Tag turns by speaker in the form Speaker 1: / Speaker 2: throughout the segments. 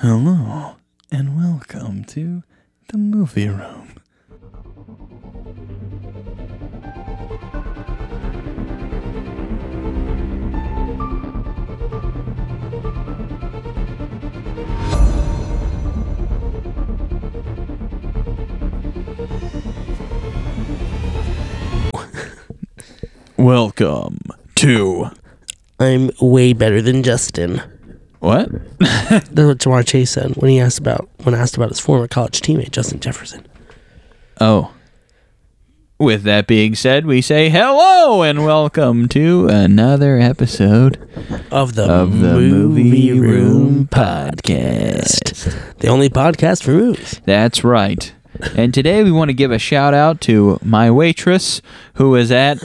Speaker 1: Hello, and welcome to the movie room. welcome to
Speaker 2: I'm way better than Justin.
Speaker 1: what?
Speaker 2: That's what Jamar Chase said when he asked about when asked about his former college teammate Justin Jefferson.
Speaker 1: Oh. With that being said, we say hello and welcome to another episode
Speaker 2: Of the,
Speaker 1: of the
Speaker 2: movie, room
Speaker 1: podcast.
Speaker 2: podcast. The only podcast for movies.
Speaker 1: That's right. And today we want to give a shout out to my waitress who is at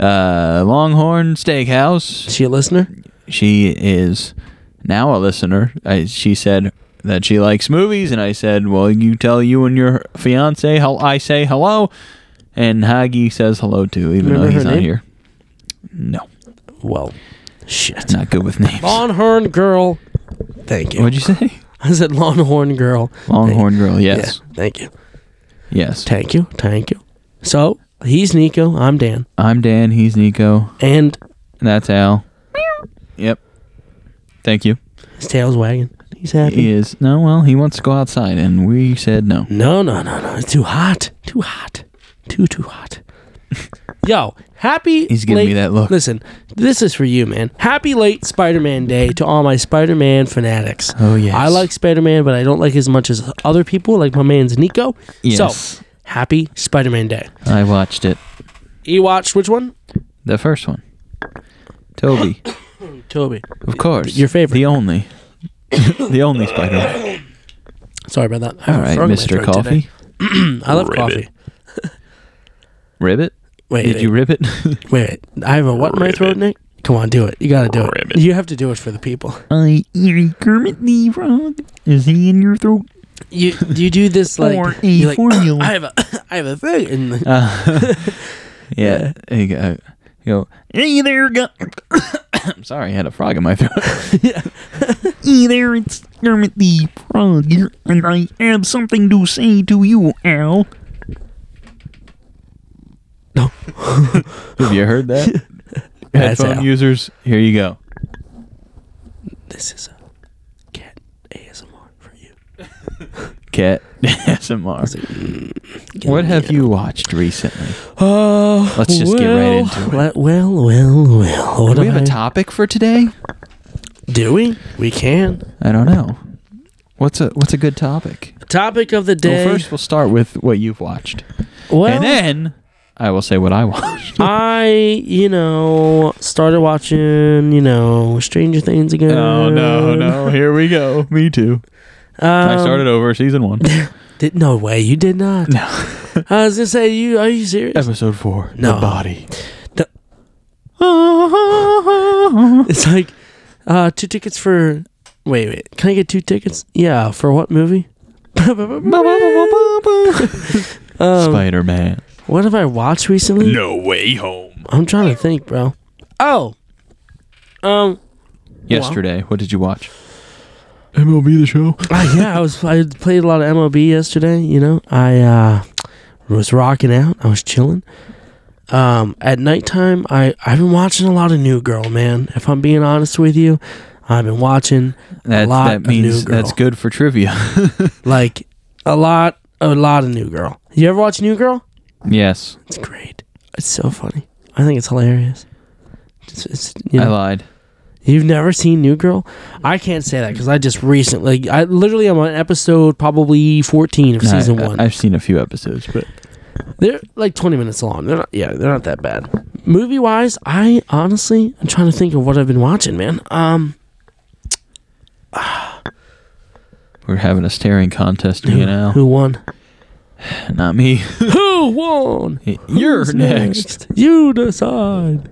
Speaker 1: uh, Longhorn Steakhouse.
Speaker 2: Is she a listener?
Speaker 1: She is now a listener. I, she said that she likes movies, and I said, "Well, you tell you and your fiance how I say hello." And Hagi says hello too, even
Speaker 2: Remember
Speaker 1: though he's
Speaker 2: her
Speaker 1: not
Speaker 2: name?
Speaker 1: here. No,
Speaker 2: Well, shit.
Speaker 1: not good with names.
Speaker 2: Longhorn girl. Thank you.
Speaker 1: What'd you say?
Speaker 2: I said Longhorn girl.
Speaker 1: Longhorn girl. Yes.
Speaker 2: Yeah, thank you.
Speaker 1: Yes.
Speaker 2: Thank you. Thank you. So he's Nico. I'm Dan.
Speaker 1: I'm Dan. He's Nico.
Speaker 2: And
Speaker 1: And that's Al. Yep. Thank you.
Speaker 2: his tail's wagging. He's happy.
Speaker 1: He is no. Well, he wants to go outside, and we said no.
Speaker 2: No, no, no, no. It's too hot. Too hot. Too, too hot. Yo, happy.
Speaker 1: He's giving
Speaker 2: late-
Speaker 1: me that look.
Speaker 2: Listen, this is for you, man. Happy late Spider Man Day to all my Spider Man fanatics.
Speaker 1: Oh yes.
Speaker 2: I like Spider Man, but I don't like as much as other people, like my man's Nico.
Speaker 1: Yes.
Speaker 2: So, happy Spider Man Day.
Speaker 1: I watched it.
Speaker 2: You watched which one?
Speaker 1: The first one. Toby,
Speaker 2: Toby.
Speaker 1: of course.
Speaker 2: Your favorite.
Speaker 1: The only. the only Spider-Man.
Speaker 2: Sorry about that. I have
Speaker 1: All
Speaker 2: a
Speaker 1: right,
Speaker 2: frog in my
Speaker 1: Mr.
Speaker 2: throat
Speaker 1: Coffee.
Speaker 2: today. I love coffee.
Speaker 1: Ribbit.
Speaker 2: Wait,
Speaker 1: Did
Speaker 2: wait,
Speaker 1: you ribbit?
Speaker 2: wait, wait. I have a what in my throat, Nick? Come on, do it. You gotta do it.
Speaker 1: Ribbit.
Speaker 2: You have to do it for the people.
Speaker 1: I eating Kermit the Frog. Is he in your throat?
Speaker 2: you you do this like
Speaker 1: Or a
Speaker 2: you're like,
Speaker 1: formula.
Speaker 2: I have a I have a thing and like,
Speaker 1: Uh, yeah. You go. You go. Hey there, go. I'm sorry, I had a frog in my throat. hey there, it's Kermit the Frog, here, and I have something to say to you, Al.
Speaker 2: No.
Speaker 1: have you heard that?
Speaker 2: That's
Speaker 1: Headphone
Speaker 2: Al.
Speaker 1: users, here you go.
Speaker 2: this is a cat ASMR for you.
Speaker 1: Cat ASMR.
Speaker 2: mm, Get
Speaker 1: What
Speaker 2: in
Speaker 1: have
Speaker 2: here.
Speaker 1: you watched recently?
Speaker 2: Oh,
Speaker 1: Let's just get right
Speaker 2: well,
Speaker 1: into it.
Speaker 2: let- well, well, well. What
Speaker 1: Do we have
Speaker 2: a
Speaker 1: a topic for today?
Speaker 2: Do we? We can.
Speaker 1: I don't know. What's a what's a good topic?
Speaker 2: Topic of the day.
Speaker 1: Well, first we'll start with what you've watched,
Speaker 2: well,
Speaker 1: and then I will say what I watched.
Speaker 2: I you know started watching you know Stranger Things again.
Speaker 1: Oh, Here we go. Me too.
Speaker 2: Uh, Um,
Speaker 1: I started over season one.
Speaker 2: Did, no way, you did not.
Speaker 1: No.
Speaker 2: I was gonna say, you are you serious?
Speaker 1: Episode four.
Speaker 2: No.
Speaker 1: The body.
Speaker 2: The- It's like uh, two tickets for. Wait, wait. Can I get two tickets? Yeah, for what movie? um,
Speaker 1: Spider Man.
Speaker 2: what have I watched recently?
Speaker 1: No way home.
Speaker 2: I'm trying to think, bro. Oh, um,
Speaker 1: Yesterday, what did you watch? MLB the show.
Speaker 2: ah, yeah. I was I played a lot of MLB yesterday. You know, I uh, was rocking out. I was chilling. Um, at nighttime, I I've been watching a lot of New Girl, man. If I'm being honest with you, I've been watching
Speaker 1: That,
Speaker 2: lot
Speaker 1: that
Speaker 2: of
Speaker 1: means
Speaker 2: new girl.
Speaker 1: that's good for trivia.
Speaker 2: like a lot a lot of New Girl. You ever watch New Girl?
Speaker 1: yes,
Speaker 2: It's great. It's so funny. I think it's hilarious. It's, it's, you
Speaker 1: I
Speaker 2: know,
Speaker 1: lied.
Speaker 2: you've never seen New Girl? I can't say that because I just recently, I literally am on episode probably 14 of
Speaker 1: No, I-
Speaker 2: season
Speaker 1: I,
Speaker 2: one.
Speaker 1: I've seen a few episodes, but
Speaker 2: they're like 20 minutes long. They're not, yeah, they're not that bad. Movie wise, I honestly, I'm trying to think of what I've been watching, man. Um,
Speaker 1: we're having a staring contest, you know.
Speaker 2: who won?
Speaker 1: Not me.
Speaker 2: Who won?
Speaker 1: You're
Speaker 2: Who's
Speaker 1: next.
Speaker 2: You decide.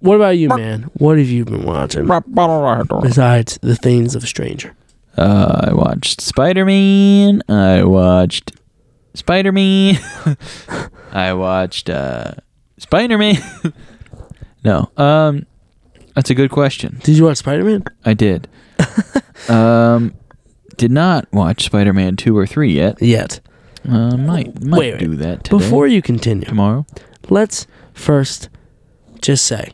Speaker 2: What about you, man? What have you been watching besides the things of stranger?
Speaker 1: Uh, I watched Spider Man. I watched Spider Man. I watched uh, Spider Man. no, um, that's a good question.
Speaker 2: Did you watch Spider Man?
Speaker 1: I did. um, did not watch Spider Man 2 or 3 yet.
Speaker 2: Yet.
Speaker 1: Uh, might might
Speaker 2: Wait, wait.
Speaker 1: do that today.
Speaker 2: Before you continue,
Speaker 1: tomorrow.
Speaker 2: let's first just say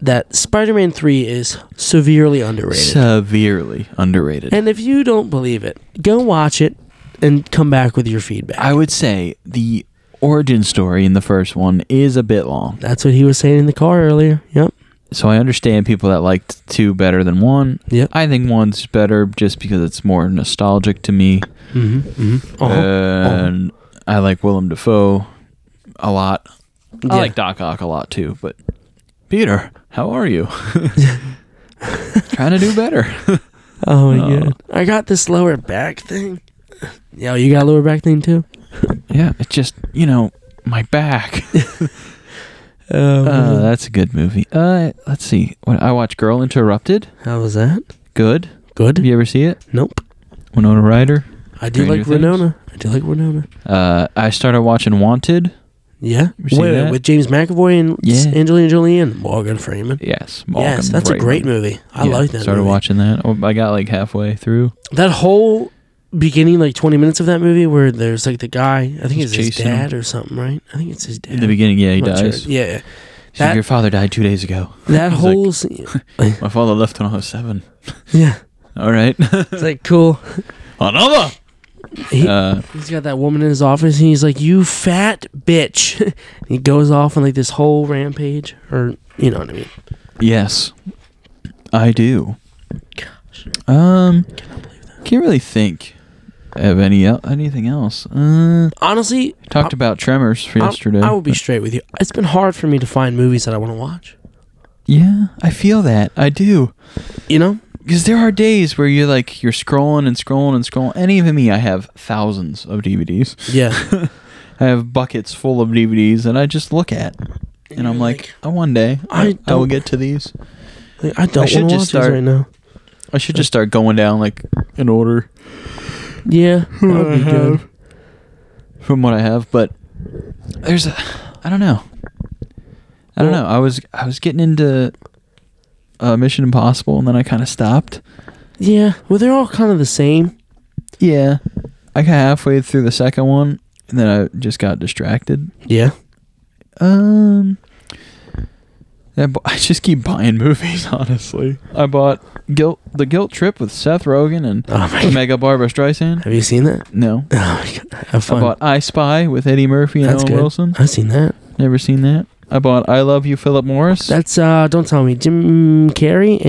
Speaker 2: that Spider Man 3 is severely underrated.
Speaker 1: Severely underrated.
Speaker 2: and if you don't believe it, go watch it and come back with your feedback.
Speaker 1: I would say the origin story in the first one is a bit long.
Speaker 2: That's what he was saying in the car earlier. Yep.
Speaker 1: So I understand people that liked two better than one.
Speaker 2: Yep.
Speaker 1: I think one's better just because it's more nostalgic to me.
Speaker 2: Mm-hmm. mm-hmm.
Speaker 1: And I like Willem Dafoe a lot.
Speaker 2: Yeah.
Speaker 1: I like Doc Ock a lot too, but Peter, how are you? Trying to do better.
Speaker 2: Oh my
Speaker 1: Oh.
Speaker 2: god. I got this lower back thing. Yo, you got a lower back thing too?
Speaker 1: yeah, it's just, you know, my back.
Speaker 2: Um,
Speaker 1: Uh, that's a good movie. Uh, let's see. What I watched Girl Interrupted.
Speaker 2: how was that?
Speaker 1: Good. Have
Speaker 2: Good?
Speaker 1: you ever see it?
Speaker 2: Nope.
Speaker 1: Winona Ryder.
Speaker 2: I
Speaker 1: Stranger
Speaker 2: do like
Speaker 1: Things?
Speaker 2: Winona. I do like Winona.
Speaker 1: Uh, I started watching Wanted.
Speaker 2: Yeah.
Speaker 1: You seen
Speaker 2: Wait,
Speaker 1: that?
Speaker 2: with James McAvoy and
Speaker 1: Yeah.
Speaker 2: Angelina Jolie and Morgan Freeman.
Speaker 1: Yes.
Speaker 2: yes, that's a great movie. I like that.
Speaker 1: Started
Speaker 2: movie.
Speaker 1: watching that. Oh, I got like halfway through.
Speaker 2: that whole beginning, like twenty minutes of that movie, where there's like the guy. I think
Speaker 1: He's
Speaker 2: it's his
Speaker 1: chasing him.
Speaker 2: dad or something, right? I think it's his dad.
Speaker 1: In the beginning, yeah, he
Speaker 2: I'm not sure.
Speaker 1: dies.
Speaker 2: Yeah, yeah.
Speaker 1: So
Speaker 2: That-
Speaker 1: your father died two days ago.
Speaker 2: that
Speaker 1: He's
Speaker 2: whole scene.
Speaker 1: My father left when I was seven.
Speaker 2: Yeah,
Speaker 1: All right.
Speaker 2: it's like cool.
Speaker 1: Another.
Speaker 2: He,
Speaker 1: Uh,
Speaker 2: He's got that woman in his office, and he's like, "You fat bitch." he goes off on like this whole rampage, or you know what I mean?
Speaker 1: yes, I do. Um, can't really think of any el- anything else. Uh,
Speaker 2: Honestly,
Speaker 1: talked about Tremors for
Speaker 2: I-
Speaker 1: yesterday.
Speaker 2: I will be
Speaker 1: but-
Speaker 2: straight with you. It's been hard for me to find movies that I want to watch.
Speaker 1: yeah, I feel that. I do.
Speaker 2: You know?
Speaker 1: Because there are days where you're like you're scrolling and scrolling and scrolling. And even me, I have thousands of DVDs.
Speaker 2: Yeah.
Speaker 1: I have buckets full of DVDs that I just look at, and I'm like, oh, one day
Speaker 2: I
Speaker 1: I, I will
Speaker 2: don't-
Speaker 1: get to these.
Speaker 2: Like, I don't
Speaker 1: I should
Speaker 2: want to watch
Speaker 1: just
Speaker 2: these
Speaker 1: start-
Speaker 2: right now.
Speaker 1: I should just start going down like in order
Speaker 2: Yeah, that
Speaker 1: Who
Speaker 2: would be
Speaker 1: I
Speaker 2: good.
Speaker 1: have. from what I have. But there's, a, I don't know. I don't
Speaker 2: Well-
Speaker 1: know. I was I was getting into uh, Mission Impossible, and then I kind of stopped.
Speaker 2: Yeah, well, they're all kind of the same.
Speaker 1: Yeah, I got halfway through the second one, and then I just got distracted.
Speaker 2: Yeah,
Speaker 1: Um, I bu- I just keep buying movies. Honestly, I bought Guilt, the Guilt Trip with Seth Rogen and
Speaker 2: Oh my God.
Speaker 1: Mega Barbara Streisand.
Speaker 2: have you seen that?
Speaker 1: No,
Speaker 2: Oh my god, have fun.
Speaker 1: I bought I Spy with Eddie Murphy and
Speaker 2: That's
Speaker 1: Owen
Speaker 2: good.
Speaker 1: Wilson.
Speaker 2: I've seen that.
Speaker 1: Never seen that. I bought I Love You, Philip Morris.
Speaker 2: That's uh, don't tell me Jim Carrey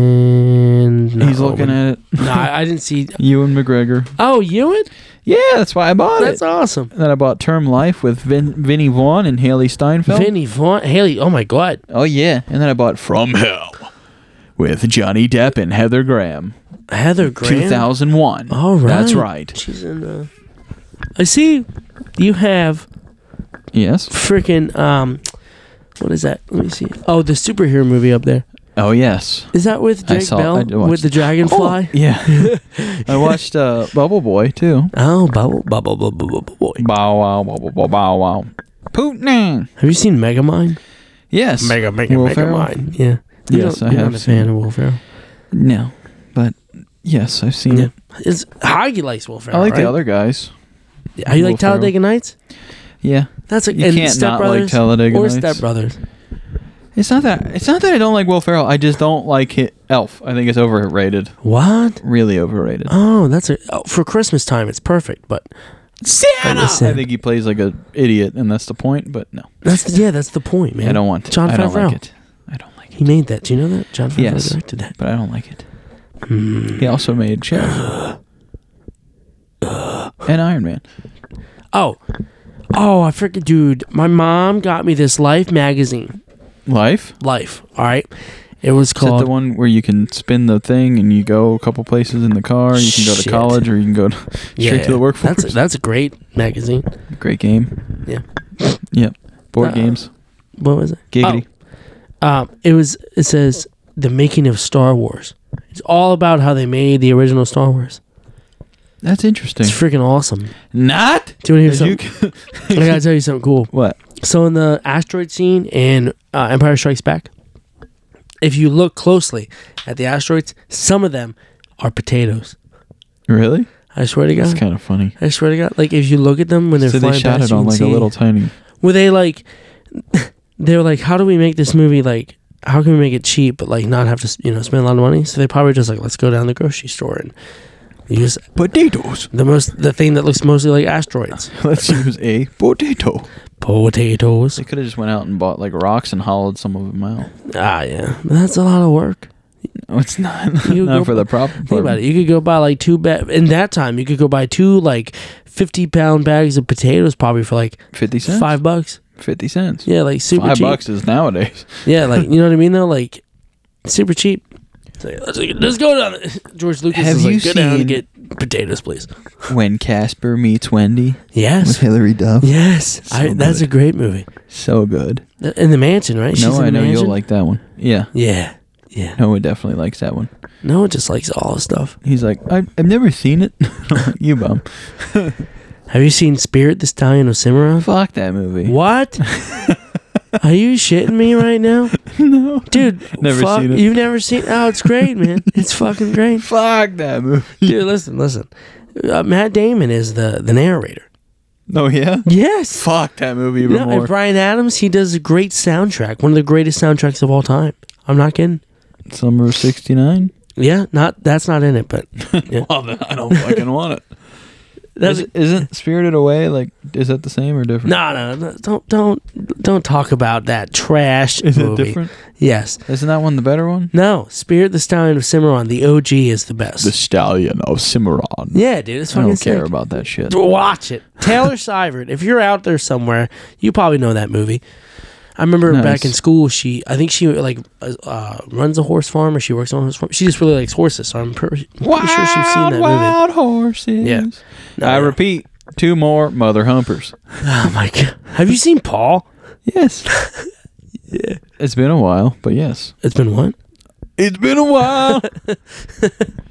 Speaker 2: and
Speaker 1: He's looking at it.
Speaker 2: No, I, I didn't see.
Speaker 1: Ewan McGregor.
Speaker 2: Oh, Ewan.
Speaker 1: Yeah, that's why I bought
Speaker 2: That's
Speaker 1: it.
Speaker 2: awesome.
Speaker 1: Then I bought Term Life with Vin- Vinnie Vaughn and Haley Steinfeld.
Speaker 2: Vinny Vaughn, Haley. Oh my god,
Speaker 1: oh yeah, and then I bought From Hell with Johnny Depp and Heather Graham.
Speaker 2: Heather Graham. Oh,
Speaker 1: 2001.
Speaker 2: All right.
Speaker 1: That's right.
Speaker 2: She's in. Uh, I see. You have
Speaker 1: Yes.
Speaker 2: freaking um, what is that? Let me see. Oh, the superhero movie up there.
Speaker 1: Oh, yes.
Speaker 2: Is that with
Speaker 1: I
Speaker 2: Jake
Speaker 1: saw- I
Speaker 2: Bell
Speaker 1: did watch Oh.
Speaker 2: with the dragonfly?
Speaker 1: Yeah. I watched uh, Bubble Boy, too.
Speaker 2: Oh, bubble, bubble, bubble, bubble, boy.
Speaker 1: Bow wow, bow wow, bow, bow wow. Putin.
Speaker 2: Have you seen Megamind?
Speaker 1: Yes.
Speaker 2: Mega,
Speaker 1: Will Ferrell?
Speaker 2: Yeah. You
Speaker 1: Yes,
Speaker 2: don't-
Speaker 1: I
Speaker 2: you're
Speaker 1: have
Speaker 2: not a
Speaker 1: seen
Speaker 2: fan of Will Ferrell.
Speaker 1: No. But yes, I've seen
Speaker 2: Yeah.
Speaker 1: it.
Speaker 2: It's Hagi likes Will Ferrell.
Speaker 1: Mm-hmm. I like
Speaker 2: right?
Speaker 1: the other guys.
Speaker 2: Are you like
Speaker 1: Will Ferrell.
Speaker 2: Talladega Nights?
Speaker 1: Yeah.
Speaker 2: That's a
Speaker 1: You
Speaker 2: and
Speaker 1: can't
Speaker 2: Step
Speaker 1: not
Speaker 2: Brothers
Speaker 1: like Talladega
Speaker 2: or
Speaker 1: Nights.
Speaker 2: Step Brothers.
Speaker 1: It's not that it's not that I don't like Will Ferrell. I just don't like it. Elf. I think it's overrated.
Speaker 2: What?
Speaker 1: Really overrated.
Speaker 2: Oh, that's a oh, for Christmas time. It's perfect, but
Speaker 1: Santa. I
Speaker 2: Listen.
Speaker 1: think he plays like a idiot, and that's the point. But no,
Speaker 2: that's the, yeah, that's the point, man.
Speaker 1: I don't want.
Speaker 2: John
Speaker 1: I don't
Speaker 2: Favreau.
Speaker 1: like it. I don't like it.
Speaker 2: He made that. Do you know that John Favreau
Speaker 1: Yes.
Speaker 2: directed that?
Speaker 1: But I don't like it.
Speaker 2: Hmm.
Speaker 1: He also made Shaft and Iron Man.
Speaker 2: Oh, oh, I freaking dude. My mom got me this Life magazine.
Speaker 1: Life.
Speaker 2: Life. All right. It was
Speaker 1: Is that the
Speaker 2: called
Speaker 1: one where you can spin the thing and you go a couple places in the car? You can go to
Speaker 2: Shit.
Speaker 1: college or you can go to, straight to the workforce.
Speaker 2: That's a, that's a great magazine.
Speaker 1: Great game.
Speaker 2: Yeah.
Speaker 1: Yep. Board
Speaker 2: Uh,
Speaker 1: games.
Speaker 2: What was it?
Speaker 1: Giggity.
Speaker 2: Um, it was. It says the making of Star Wars. It's all about how they made the original Star Wars.
Speaker 1: That's interesting.
Speaker 2: It's freaking awesome.
Speaker 1: Not.
Speaker 2: Do you want to
Speaker 1: As you
Speaker 2: hear something? I gotta tell you something cool.
Speaker 1: What?
Speaker 2: So in the asteroid scene in uh, Empire Strikes Back, if you look closely at the asteroids, some of them are potatoes.
Speaker 1: Really?
Speaker 2: I swear to
Speaker 1: It's
Speaker 2: God.
Speaker 1: kind of funny.
Speaker 2: I swear to God. Like if you look at them when they're
Speaker 1: so
Speaker 2: flying
Speaker 1: they shot it
Speaker 2: past, you
Speaker 1: on
Speaker 2: can
Speaker 1: like
Speaker 2: see,
Speaker 1: a little tiny.
Speaker 2: Were they like? they were like, how do we make this movie like? How can we make it cheap but like not have to you know spend a lot of money? So they probably just like let's go down the grocery store and use
Speaker 1: Potatoes.
Speaker 2: the most the thing that looks mostly like asteroids,
Speaker 1: Let's use a potato.
Speaker 2: potatoes.
Speaker 1: They could have just went out and bought like rocks and hollowed some of them out.
Speaker 2: Ah, yeah, But that's a lot of work.
Speaker 1: No, it's not.
Speaker 2: You go-
Speaker 1: not for the prop.
Speaker 2: Think about it. You could go buy like two ba- in that time. You could go buy two like fifty pound bags of potatoes probably for like
Speaker 1: Fifty cents.
Speaker 2: five bucks.
Speaker 1: Fifty cents.
Speaker 2: Yeah, like super
Speaker 1: Five
Speaker 2: cheap.
Speaker 1: bucks is nowadays.
Speaker 2: Yeah, like you know what I mean though. Like super cheap. It's like, let's, let's go down. George Lucas
Speaker 1: Have
Speaker 2: is
Speaker 1: you
Speaker 2: like, go down
Speaker 1: seen-
Speaker 2: and get potatoes, please.
Speaker 1: when Casper meets Wendy with
Speaker 2: Yes,
Speaker 1: Hilary Duff.
Speaker 2: yes. I,
Speaker 1: So
Speaker 2: that's a
Speaker 1: good.
Speaker 2: great movie.
Speaker 1: So good.
Speaker 2: Th- In the mansion, right?
Speaker 1: no,
Speaker 2: in
Speaker 1: I
Speaker 2: the
Speaker 1: know
Speaker 2: mansion?
Speaker 1: you'll like that one. Yeah.
Speaker 2: Yeah, yeah.
Speaker 1: Noah definitely likes that one.
Speaker 2: No one just likes all the stuff.
Speaker 1: He's like, I, I've never seen it. you bum.
Speaker 2: Have you seen Spirit, the Stallion of Cimarron?
Speaker 1: Fuck that movie.
Speaker 2: What? Are you shitting me right now?
Speaker 1: No.
Speaker 2: Dude,
Speaker 1: Never
Speaker 2: fuck-
Speaker 1: seen it.
Speaker 2: You've never seen Oh, it's great, man. It's fucking great.
Speaker 1: Fuck that movie.
Speaker 2: Dude, listen, listen. Uh, Matt Damon is the the narrator.
Speaker 1: Oh, yeah?
Speaker 2: Yes.
Speaker 1: Fuck that movie even
Speaker 2: No, and
Speaker 1: more.
Speaker 2: Brian Adams, he does a great soundtrack, one of the greatest soundtracks of all time. I'm not kidding.
Speaker 1: Summer of 69?
Speaker 2: Yeah, not that's not in it, but yeah.
Speaker 1: Well, then I don't fucking want it.
Speaker 2: that's,
Speaker 1: Is- isn't Spirited Away, like, is that the same or different?
Speaker 2: no, no, no, don't don't don't talk about that trash
Speaker 1: Is
Speaker 2: movie.
Speaker 1: it different?
Speaker 2: Yes,
Speaker 1: Isn't that one the better one?
Speaker 2: no, Spirit the Stallion of Cimarron, the OG is the best.
Speaker 1: Stallion of Cimarron.
Speaker 2: yeah, dude, it's
Speaker 1: I
Speaker 2: fucking
Speaker 1: don't
Speaker 2: sick.
Speaker 1: care about that shit.
Speaker 2: Watch it, Taylor Sivert. If you're out there somewhere, you probably know that movie. I remember
Speaker 1: Nice.
Speaker 2: back in school, she I think she like uh, uh, runs a horse farm or she works on a horse farm. She just really likes horses, so I'm pretty, pretty sure she's seen that movie.
Speaker 1: wild horses.
Speaker 2: Yeah. No,
Speaker 1: I
Speaker 2: no.
Speaker 1: repeat, two more mother humpers.
Speaker 2: Oh my god! Have you seen Paul?
Speaker 1: Yes. yeah. It's been a while, but yes.
Speaker 2: It's been what?
Speaker 1: It's been a while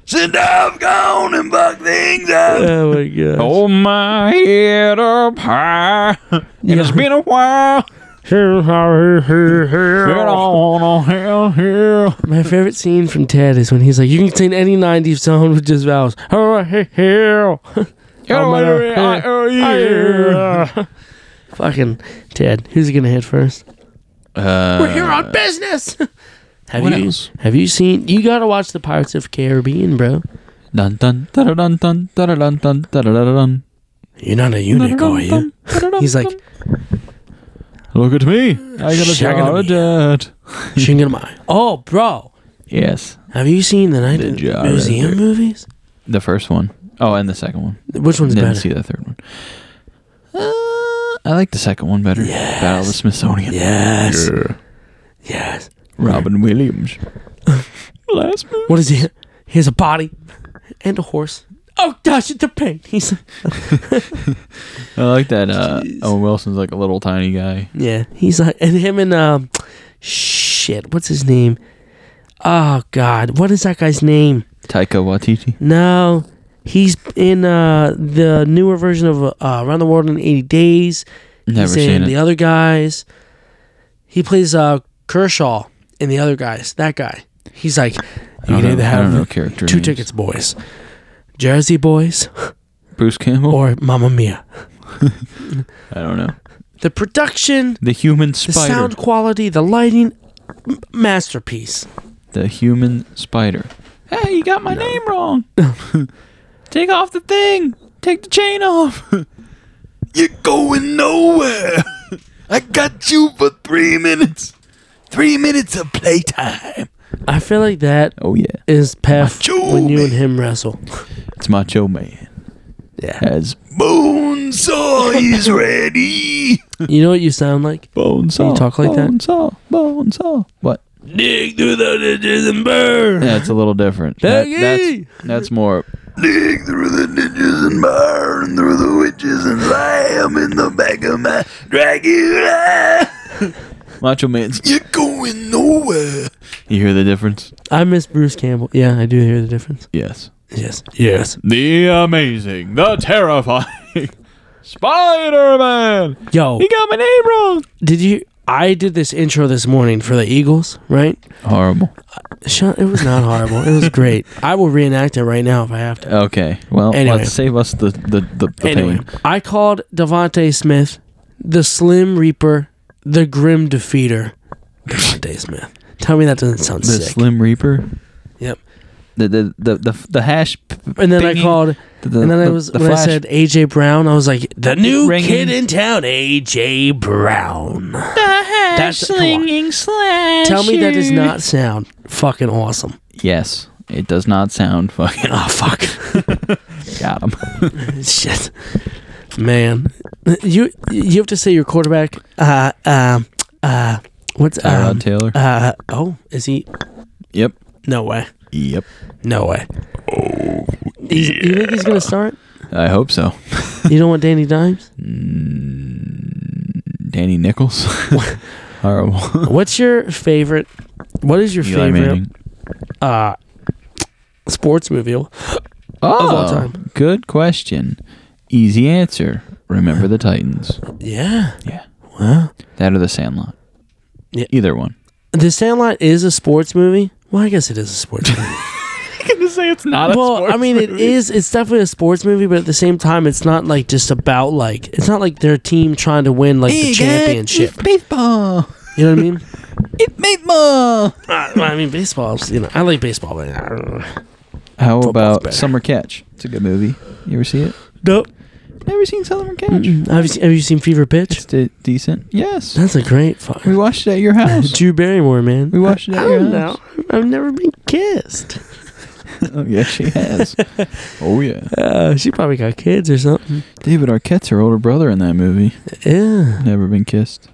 Speaker 1: since I've gone and bucked things up.
Speaker 2: Oh my god!
Speaker 1: Hold my head up high. And it's
Speaker 2: Yeah.
Speaker 1: been a while. Been on a hill, hill.
Speaker 2: My favorite scene from Ted is when he's like, "You can sing any '90s song with just vowels." Oh, hey, hey.
Speaker 1: You know
Speaker 2: Oh, my
Speaker 1: what I owe you.
Speaker 2: Fucking Ted, who's he gonna hit first?
Speaker 1: Uh,
Speaker 2: We're here on business. have
Speaker 1: what
Speaker 2: you
Speaker 1: else?
Speaker 2: have you seen? You gotta watch the Pirates of Caribbean, bro.
Speaker 1: Dun dun da dun dun da dun dun da dun
Speaker 2: You're not a eunuch, are you? He's like,
Speaker 1: Look at me. I got a jar
Speaker 2: Shagging
Speaker 1: of
Speaker 2: me.
Speaker 1: dirt.
Speaker 2: Shingamai. Oh, bro,
Speaker 1: Yes.
Speaker 2: have you seen the Night in
Speaker 1: jar
Speaker 2: the
Speaker 1: of
Speaker 2: Museum
Speaker 1: dirt.
Speaker 2: movies?
Speaker 1: The first one. Oh, and the second one.
Speaker 2: Which one's
Speaker 1: Didn't
Speaker 2: better?
Speaker 1: see the third one. Uh, I like the second one better. Battle of the Smithsonian.
Speaker 2: Yes. Yes.
Speaker 1: Robin Williams. Last movie.
Speaker 2: What is he? He has a body and a horse. Oh gosh, it's a pain. He's
Speaker 1: I like that. Uh, Owen Wilson's like a little tiny guy.
Speaker 2: yeah. He's like and him and um, shit. What's his name? Oh god, what is that guy's name?
Speaker 1: Taika Waititi.
Speaker 2: No, he's in uh the newer version of uh, Around the World in Eighty Days.
Speaker 1: Never
Speaker 2: he's
Speaker 1: seen
Speaker 2: in
Speaker 1: it.
Speaker 2: the other guys. He plays uh Kershaw in the other guys. That guy. He's like, you
Speaker 1: I don't
Speaker 2: can either
Speaker 1: know, I don't know
Speaker 2: have
Speaker 1: character
Speaker 2: two
Speaker 1: names.
Speaker 2: tickets, boys. Jersey boys
Speaker 1: Bruce Campbell.
Speaker 2: or Mamma Mia.
Speaker 1: I don't know.
Speaker 2: The production,
Speaker 1: The Human
Speaker 2: the
Speaker 1: Spider.
Speaker 2: sound quality, the lighting, m- masterpiece.
Speaker 1: The Human Spider. Hey, you got my name wrong. Take off the thing. Take the chain off. You're going nowhere. I got you for three minutes. Three minutes of playtime.
Speaker 2: I feel like that
Speaker 1: Oh yeah,
Speaker 2: is path
Speaker 1: Macho
Speaker 2: when you
Speaker 1: Man.
Speaker 2: and him wrestle.
Speaker 1: it's Macho Man.
Speaker 2: Yeah.
Speaker 1: As Bonesaw is ready.
Speaker 2: You know what you sound like?
Speaker 1: Bonesaw.
Speaker 2: You talk like that?
Speaker 1: Bonesaw. Bonesaw. What?
Speaker 2: Dig through the ditches and burn.
Speaker 1: Yeah, it's a little different. That- that's,
Speaker 2: Peggy!
Speaker 1: that's more. Dig through the ditches and burn through the witches and slam in the back of my Dracula. Macho Man's. You're going nowhere. You hear the difference?
Speaker 2: I miss Bruce Campbell. Yeah, I do hear the difference.
Speaker 1: Yes.
Speaker 2: Yes. Yes.
Speaker 1: The amazing, the terrifying Spider Man.
Speaker 2: Yo,
Speaker 1: got my name wrong.
Speaker 2: did you I did this intro this morning for the Eagles, right?
Speaker 1: Horrible.
Speaker 2: Shut, it was not horrible. It was great. I will reenact it right now if I have to.
Speaker 1: Okay. Well,
Speaker 2: Anyway.
Speaker 1: let's save us the the, the, the
Speaker 2: Anyway,
Speaker 1: pain.
Speaker 2: I called Devonte Smith the Slim Reaper, the Grim Defeater. Devonte Smith. Tell me that doesn't sound
Speaker 1: The
Speaker 2: sick.
Speaker 1: Slim Reaper.
Speaker 2: Yep.
Speaker 1: The the the the, the hash. p-
Speaker 2: and then I
Speaker 1: thingy,
Speaker 2: called,
Speaker 1: The, the,
Speaker 2: and then I
Speaker 1: the-
Speaker 2: was
Speaker 1: the
Speaker 2: when I
Speaker 1: flash-
Speaker 2: said AJ Brown, I was like the new
Speaker 1: Ringing.
Speaker 2: kid in town, AJ Brown. That's come on.
Speaker 1: slash.
Speaker 2: Tell me that does not sound fucking awesome.
Speaker 1: Yes, it does not sound fucking.
Speaker 2: Oh fuck.
Speaker 1: Got him.
Speaker 2: Shit, man, you you have to say your quarterback. Uh, uh, uh, what's
Speaker 1: Tyrod
Speaker 2: um,
Speaker 1: Taylor.
Speaker 2: uh? Oh, is he?
Speaker 1: Yep.
Speaker 2: No way,
Speaker 1: Yep.
Speaker 2: no way. Oh, you think he's gonna start?
Speaker 1: I hope so.
Speaker 2: You don't want Danny Dimes?
Speaker 1: Danny Nichols. Horrible.
Speaker 2: What's your favorite? What is your
Speaker 1: Eli
Speaker 2: favorite
Speaker 1: Manning.
Speaker 2: uh sports movie of
Speaker 1: Oh,
Speaker 2: all time?
Speaker 1: good question. Easy answer. Remember the Titans.
Speaker 2: Yeah.
Speaker 1: Yeah.
Speaker 2: Wow.
Speaker 1: That or the Sandlot.
Speaker 2: Yeah.
Speaker 1: Either one.
Speaker 2: The Sandlot is a sports movie. Well, I guess it is a sports movie.
Speaker 1: gonna say it's not
Speaker 2: well, I mean, it is. It's definitely a sports movie, but at the same time, it's not like just about like it's not like their team trying to win like the championship.
Speaker 1: baseball.
Speaker 2: You know what I mean?
Speaker 1: It's baseball.
Speaker 2: Uh, well, I mean, baseball's you know I like baseball, but uh, I don't know.
Speaker 1: How
Speaker 2: Football's
Speaker 1: about
Speaker 2: better.
Speaker 1: Summer Catch? It's a good movie. You ever see it?
Speaker 2: Nope.
Speaker 1: Never seen Summer Catch.
Speaker 2: Have you, seen, have you seen Fever
Speaker 1: It's
Speaker 2: Pitch?
Speaker 1: de- decent. Yes.
Speaker 2: That's a great
Speaker 1: We
Speaker 2: fuck.
Speaker 1: watched it at your house.
Speaker 2: Drew Barrymore, man.
Speaker 1: We watched it at
Speaker 2: I
Speaker 1: your
Speaker 2: don't
Speaker 1: house.
Speaker 2: know. I've never been kissed.
Speaker 1: Oh, yes, she has. oh, yeah.
Speaker 2: Uh, she probably got kids or something.
Speaker 1: David Arquette's her older brother in that movie.
Speaker 2: Yeah.
Speaker 1: Never been kissed.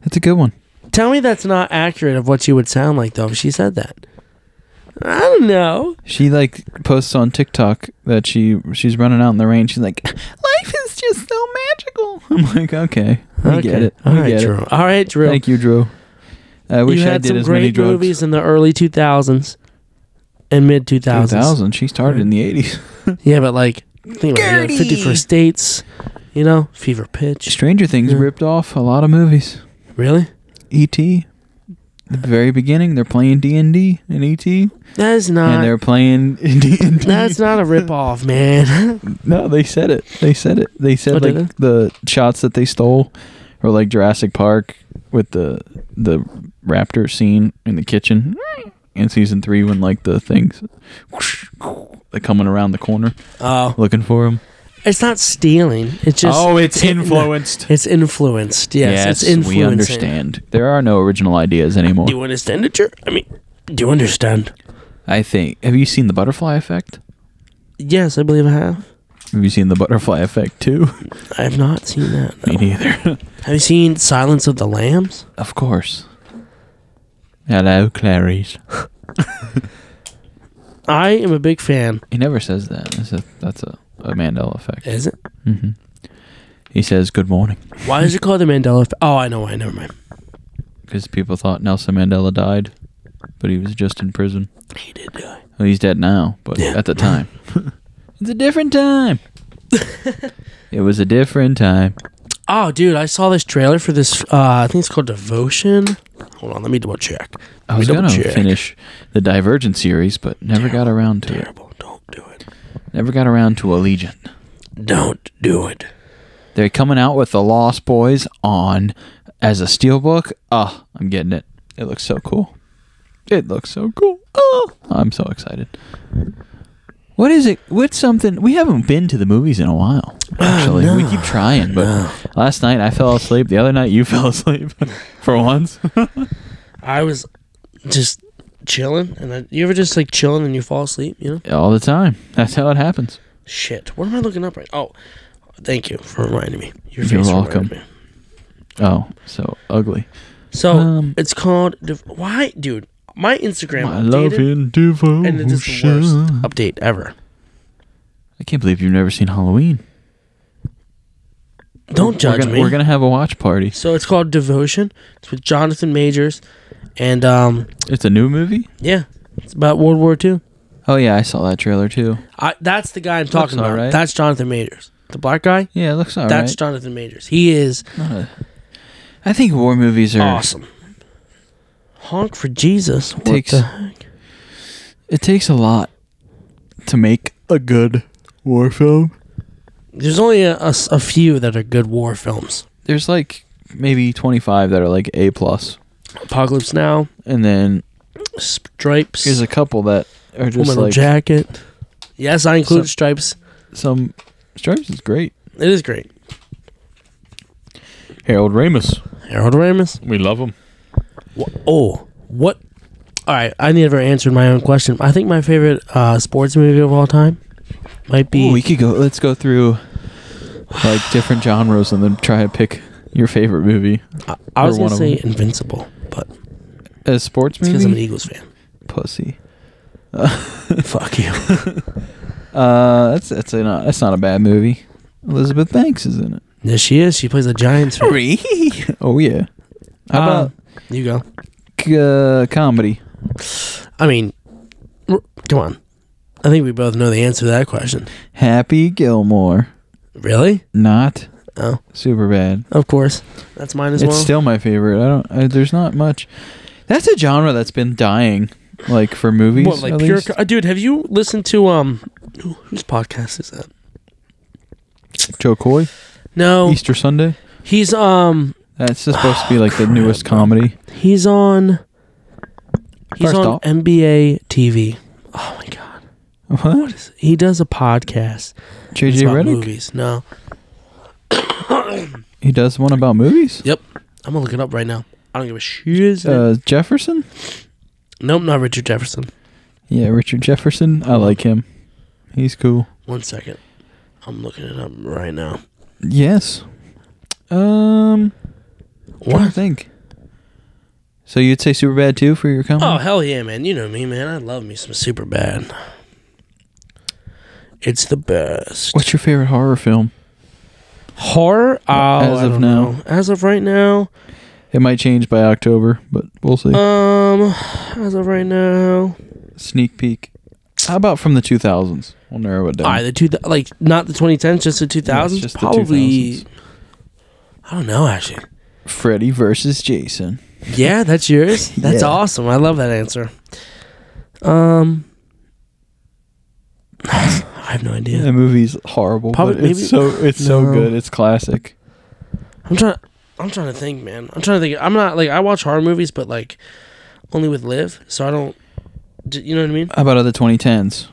Speaker 1: That's a good one.
Speaker 2: Tell me that's not accurate of what she would sound like though if she said that. I don't know.
Speaker 1: She like posts on TikTok that she she's running out in the rain. She's like, "Life is just so magical." I'm like, "Okay, we get it.
Speaker 2: All
Speaker 1: we
Speaker 2: right,
Speaker 1: get
Speaker 2: Drew. All right,
Speaker 1: it."
Speaker 2: Drew.
Speaker 1: Thank you, Drew. I wish
Speaker 2: you
Speaker 1: I
Speaker 2: had
Speaker 1: did
Speaker 2: some
Speaker 1: as
Speaker 2: great
Speaker 1: many drugs.
Speaker 2: movies in the early 2000s and mid 2000s.
Speaker 1: 2000. She started in the 80s.
Speaker 2: Yeah, but like, think about it,
Speaker 1: Gertie.
Speaker 2: you know, 51st States, you know, Fever Pitch.
Speaker 1: Stranger Things
Speaker 2: Yeah.
Speaker 1: ripped off a lot of movies.
Speaker 2: Really?
Speaker 1: E.T. The very beginning, they're playing D and D in E E.T.
Speaker 2: That is
Speaker 1: and
Speaker 2: not.
Speaker 1: they're playing D and D.
Speaker 2: That's not a ripoff, man.
Speaker 1: No, they said it. They said it. They said
Speaker 2: Oh,
Speaker 1: like
Speaker 2: did
Speaker 1: the shots that they stole were like Jurassic Park with the the raptor scene in the kitchen in season three when like the things whoosh, they're coming around the corner
Speaker 2: Oh,
Speaker 1: looking for him.
Speaker 2: it's not stealing. It's just.
Speaker 1: Oh, it's influenced.
Speaker 2: It's influenced. Yes,
Speaker 1: Yes,
Speaker 2: it's influencing.
Speaker 1: we understand. There are no original ideas anymore.
Speaker 2: Do you understand it, Drew? I mean, do you understand?
Speaker 1: I think. Have you seen the butterfly effect?
Speaker 2: Yes, I believe I have.
Speaker 1: Have you seen the butterfly effect too?
Speaker 2: I have not seen that.
Speaker 1: Me neither.
Speaker 2: Have you seen Silence of the Lambs?
Speaker 1: Of course. Hello, Clarice.
Speaker 2: I am a big fan.
Speaker 1: He never says that. That's a that's a, a Mandela effect.
Speaker 2: Is it?
Speaker 1: hmm He says good morning
Speaker 2: Why is it called the Mandela Effect? Oh, I know why. Never mind.
Speaker 1: because people thought Nelson Mandela died, but he was just in prison.
Speaker 2: He did die.
Speaker 1: Well, he's dead now, but
Speaker 2: Yeah.
Speaker 1: at the time, it's a different time. it was a different time.
Speaker 2: Oh, dude, I saw this trailer for this. Uh, I think it's called Devotion. Hold on, let me double check.
Speaker 1: I was
Speaker 2: Let me
Speaker 1: gonna
Speaker 2: double check.
Speaker 1: finish the Divergent series, but never got
Speaker 2: Terrible,
Speaker 1: around to it.
Speaker 2: Terrible. Don't do it.
Speaker 1: Never got around to Allegiant.
Speaker 2: Don't do it.
Speaker 1: They're coming out with the Lost Boys on as a steelbook. Ah, I'm getting it. It looks so cool. It looks so cool. Oh, I'm so excited. What is it? What's something we haven't been to the movies in a while? Actually, we
Speaker 2: Ah, no.
Speaker 1: keep trying, but
Speaker 2: No.
Speaker 1: last night I fell asleep. The other night you fell asleep for once.
Speaker 2: I was just chilling, and I, you ever just like chilling and you fall asleep, you know?
Speaker 1: All the time. That's how it happens.
Speaker 2: Shit. What am I looking up right? Oh, thank you for reminding me. Your
Speaker 1: You're
Speaker 2: face reminded
Speaker 1: welcome.
Speaker 2: me.
Speaker 1: Oh, so ugly.
Speaker 2: So
Speaker 1: Um,
Speaker 2: it's called. Div- Why, dude? My Instagram
Speaker 1: My
Speaker 2: updated,
Speaker 1: love and devotion.
Speaker 2: and it is the worst update ever.
Speaker 1: I can't believe you've never seen Halloween.
Speaker 2: Don't judge
Speaker 1: we're gonna,
Speaker 2: me.
Speaker 1: We're gonna have a watch party.
Speaker 2: So it's called Devotion. It's with Jonathan Majors, and um,
Speaker 1: It's a new movie.
Speaker 2: yeah, it's about World War II.
Speaker 1: Oh yeah, I saw that trailer too.
Speaker 2: I, that's the guy I'm talking about.
Speaker 1: alright.
Speaker 2: That's Jonathan Majors, the black guy.
Speaker 1: Yeah, it looks alright.
Speaker 2: that's Jonathan Majors. He is.
Speaker 1: Not a- I I think war movies are.
Speaker 2: Awesome. Honk for Jesus. What
Speaker 1: Takes-
Speaker 2: the heck?
Speaker 1: It takes a lot to make a good war film.
Speaker 2: There's only a, a s- a few that are good war films.
Speaker 1: There's like maybe 25 that are like A plus,
Speaker 2: Apocalypse Now,
Speaker 1: and then
Speaker 2: Stripes,
Speaker 1: there's a couple that are
Speaker 2: Full
Speaker 1: just
Speaker 2: Metal
Speaker 1: like
Speaker 2: Jacket. Yes, I include
Speaker 1: So-
Speaker 2: Stripes.
Speaker 1: some. Stripes is great.
Speaker 2: It is great.
Speaker 1: Harold Ramis,
Speaker 2: Harold Ramis.
Speaker 1: we love him.
Speaker 2: Wha- Oh, what? All right, I never answered my own question. I think my favorite uh, sports movie of all time might be.
Speaker 1: Ooh, we could go. Let's go through like different genres and then try to pick your favorite movie.
Speaker 2: I, I was
Speaker 1: or one
Speaker 2: gonna
Speaker 1: of
Speaker 2: say
Speaker 1: them.
Speaker 2: Invincible, but
Speaker 1: A sports
Speaker 2: it's because I'm an
Speaker 1: movie.
Speaker 2: Eagles fan.
Speaker 1: Pussy.
Speaker 2: Fuck you.
Speaker 1: Uh, that's that's a not that's not a bad movie. Elizabeth Banks is in it.
Speaker 2: There she is. She plays a Giants fan.
Speaker 1: oh yeah. How
Speaker 2: Uh,
Speaker 1: about
Speaker 2: You go.
Speaker 1: c- uh, comedy?
Speaker 2: I mean, r- come on. I think we both know the answer to that question.
Speaker 1: Happy Gilmore,
Speaker 2: Really?
Speaker 1: not
Speaker 2: Oh,
Speaker 1: super bad.
Speaker 2: of course. That's mine as
Speaker 1: It's
Speaker 2: well.
Speaker 1: still my favorite. I don't. I, there's not much. That's a genre that's been dying, like for movies.
Speaker 2: what, like
Speaker 1: at
Speaker 2: pure
Speaker 1: least.
Speaker 2: co- uh, dude? Have you listened to um, who- whose podcast is that?
Speaker 1: Joe Coy,
Speaker 2: No,
Speaker 1: Easter Sunday.
Speaker 2: he's um,
Speaker 1: That's just supposed to be like the
Speaker 2: crap.
Speaker 1: newest comedy.
Speaker 2: he's on. He's
Speaker 1: First
Speaker 2: on
Speaker 1: off-
Speaker 2: NBA TV. Oh my god,
Speaker 1: What?
Speaker 2: he does a podcast. It's
Speaker 1: JJ
Speaker 2: about
Speaker 1: Redick?
Speaker 2: movies. No,
Speaker 1: He does one about movies.
Speaker 2: yep. I'm gonna look it up right now. I don't give a shit.
Speaker 1: Uh, Jefferson.
Speaker 2: nope, not Richard Jefferson.
Speaker 1: Yeah, Richard Jefferson. I like him. He's cool.
Speaker 2: One second. I'm looking it up right now.
Speaker 1: Yes. Um. What? I
Speaker 2: What?
Speaker 1: think. So you'd say Superbad too for your comment?
Speaker 2: Oh hell yeah, man! You know me, man. I love me some super bad. It's the best.
Speaker 1: What's your favorite horror film?
Speaker 2: horror? Oh,
Speaker 1: As
Speaker 2: I
Speaker 1: of
Speaker 2: don't
Speaker 1: now.
Speaker 2: know. As of right now.
Speaker 1: It might change by October, but we'll see.
Speaker 2: Um, as of right now.
Speaker 1: Sneak peek. How about from the 2000s? We'll narrow it down.
Speaker 2: All right, the two thou- like not the 2010s, just the 2000s.
Speaker 1: just the
Speaker 2: Probably.
Speaker 1: 2000s.
Speaker 2: I don't know actually.
Speaker 1: Freddy versus Jason.
Speaker 2: Yeah, that's yours. That's
Speaker 1: Yeah.
Speaker 2: awesome. I love that answer. Um. I have no idea.
Speaker 1: The movie's horrible,
Speaker 2: Probably-
Speaker 1: but it's
Speaker 2: maybe-
Speaker 1: so it's
Speaker 2: No.
Speaker 1: so good. It's classic.
Speaker 2: I'm trying. I'm trying to think, man. I'm trying to think. I'm not like I watch horror movies, but like only with Liv, so I don't. d- You know what I mean?
Speaker 1: How about other 2010s?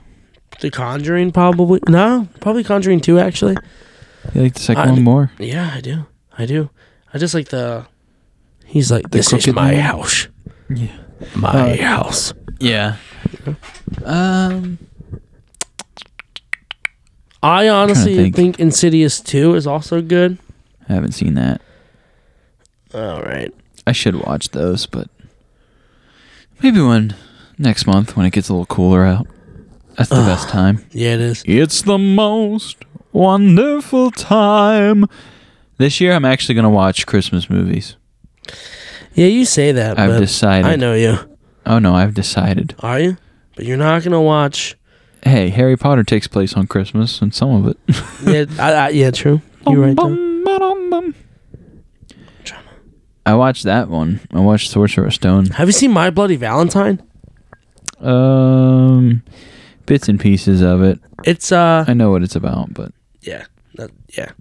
Speaker 2: The Conjuring, probably. No, probably Conjuring two, actually.
Speaker 1: You like the second
Speaker 2: I-
Speaker 1: one more?
Speaker 2: Yeah, I do. I do. I just like the. He's like
Speaker 1: The
Speaker 2: this is
Speaker 1: crooked
Speaker 2: my
Speaker 1: man?
Speaker 2: house,
Speaker 1: Yeah.
Speaker 2: my
Speaker 1: Uh,
Speaker 2: house.
Speaker 1: Yeah. Um.
Speaker 2: I honestly
Speaker 1: think.
Speaker 2: think. Insidious two is also good.
Speaker 1: I haven't seen that.
Speaker 2: All right.
Speaker 1: I should watch those, but maybe when next month when it gets a little cooler out. That's the best time.
Speaker 2: Yeah, it is.
Speaker 1: It's the most wonderful time. This year, I'm actually gonna watch Christmas movies.
Speaker 2: Yeah, you say that.
Speaker 1: I've
Speaker 2: but
Speaker 1: decided.
Speaker 2: I know you.
Speaker 1: Oh no, I've decided.
Speaker 2: Are you? But you're not gonna watch.
Speaker 1: Hey, Harry Potter takes place on Christmas, and some of it.
Speaker 2: Yeah, I, I, yeah, true. You're right. though.
Speaker 1: Bum, bum, bum, bum.
Speaker 2: Trying to-
Speaker 1: I watched that one. I watched Sorcerer's Stone.
Speaker 2: Have you seen My Bloody Valentine?
Speaker 1: Um, bits and pieces of it.
Speaker 2: It's uh
Speaker 1: I know what it's about, but
Speaker 2: yeah, that, yeah,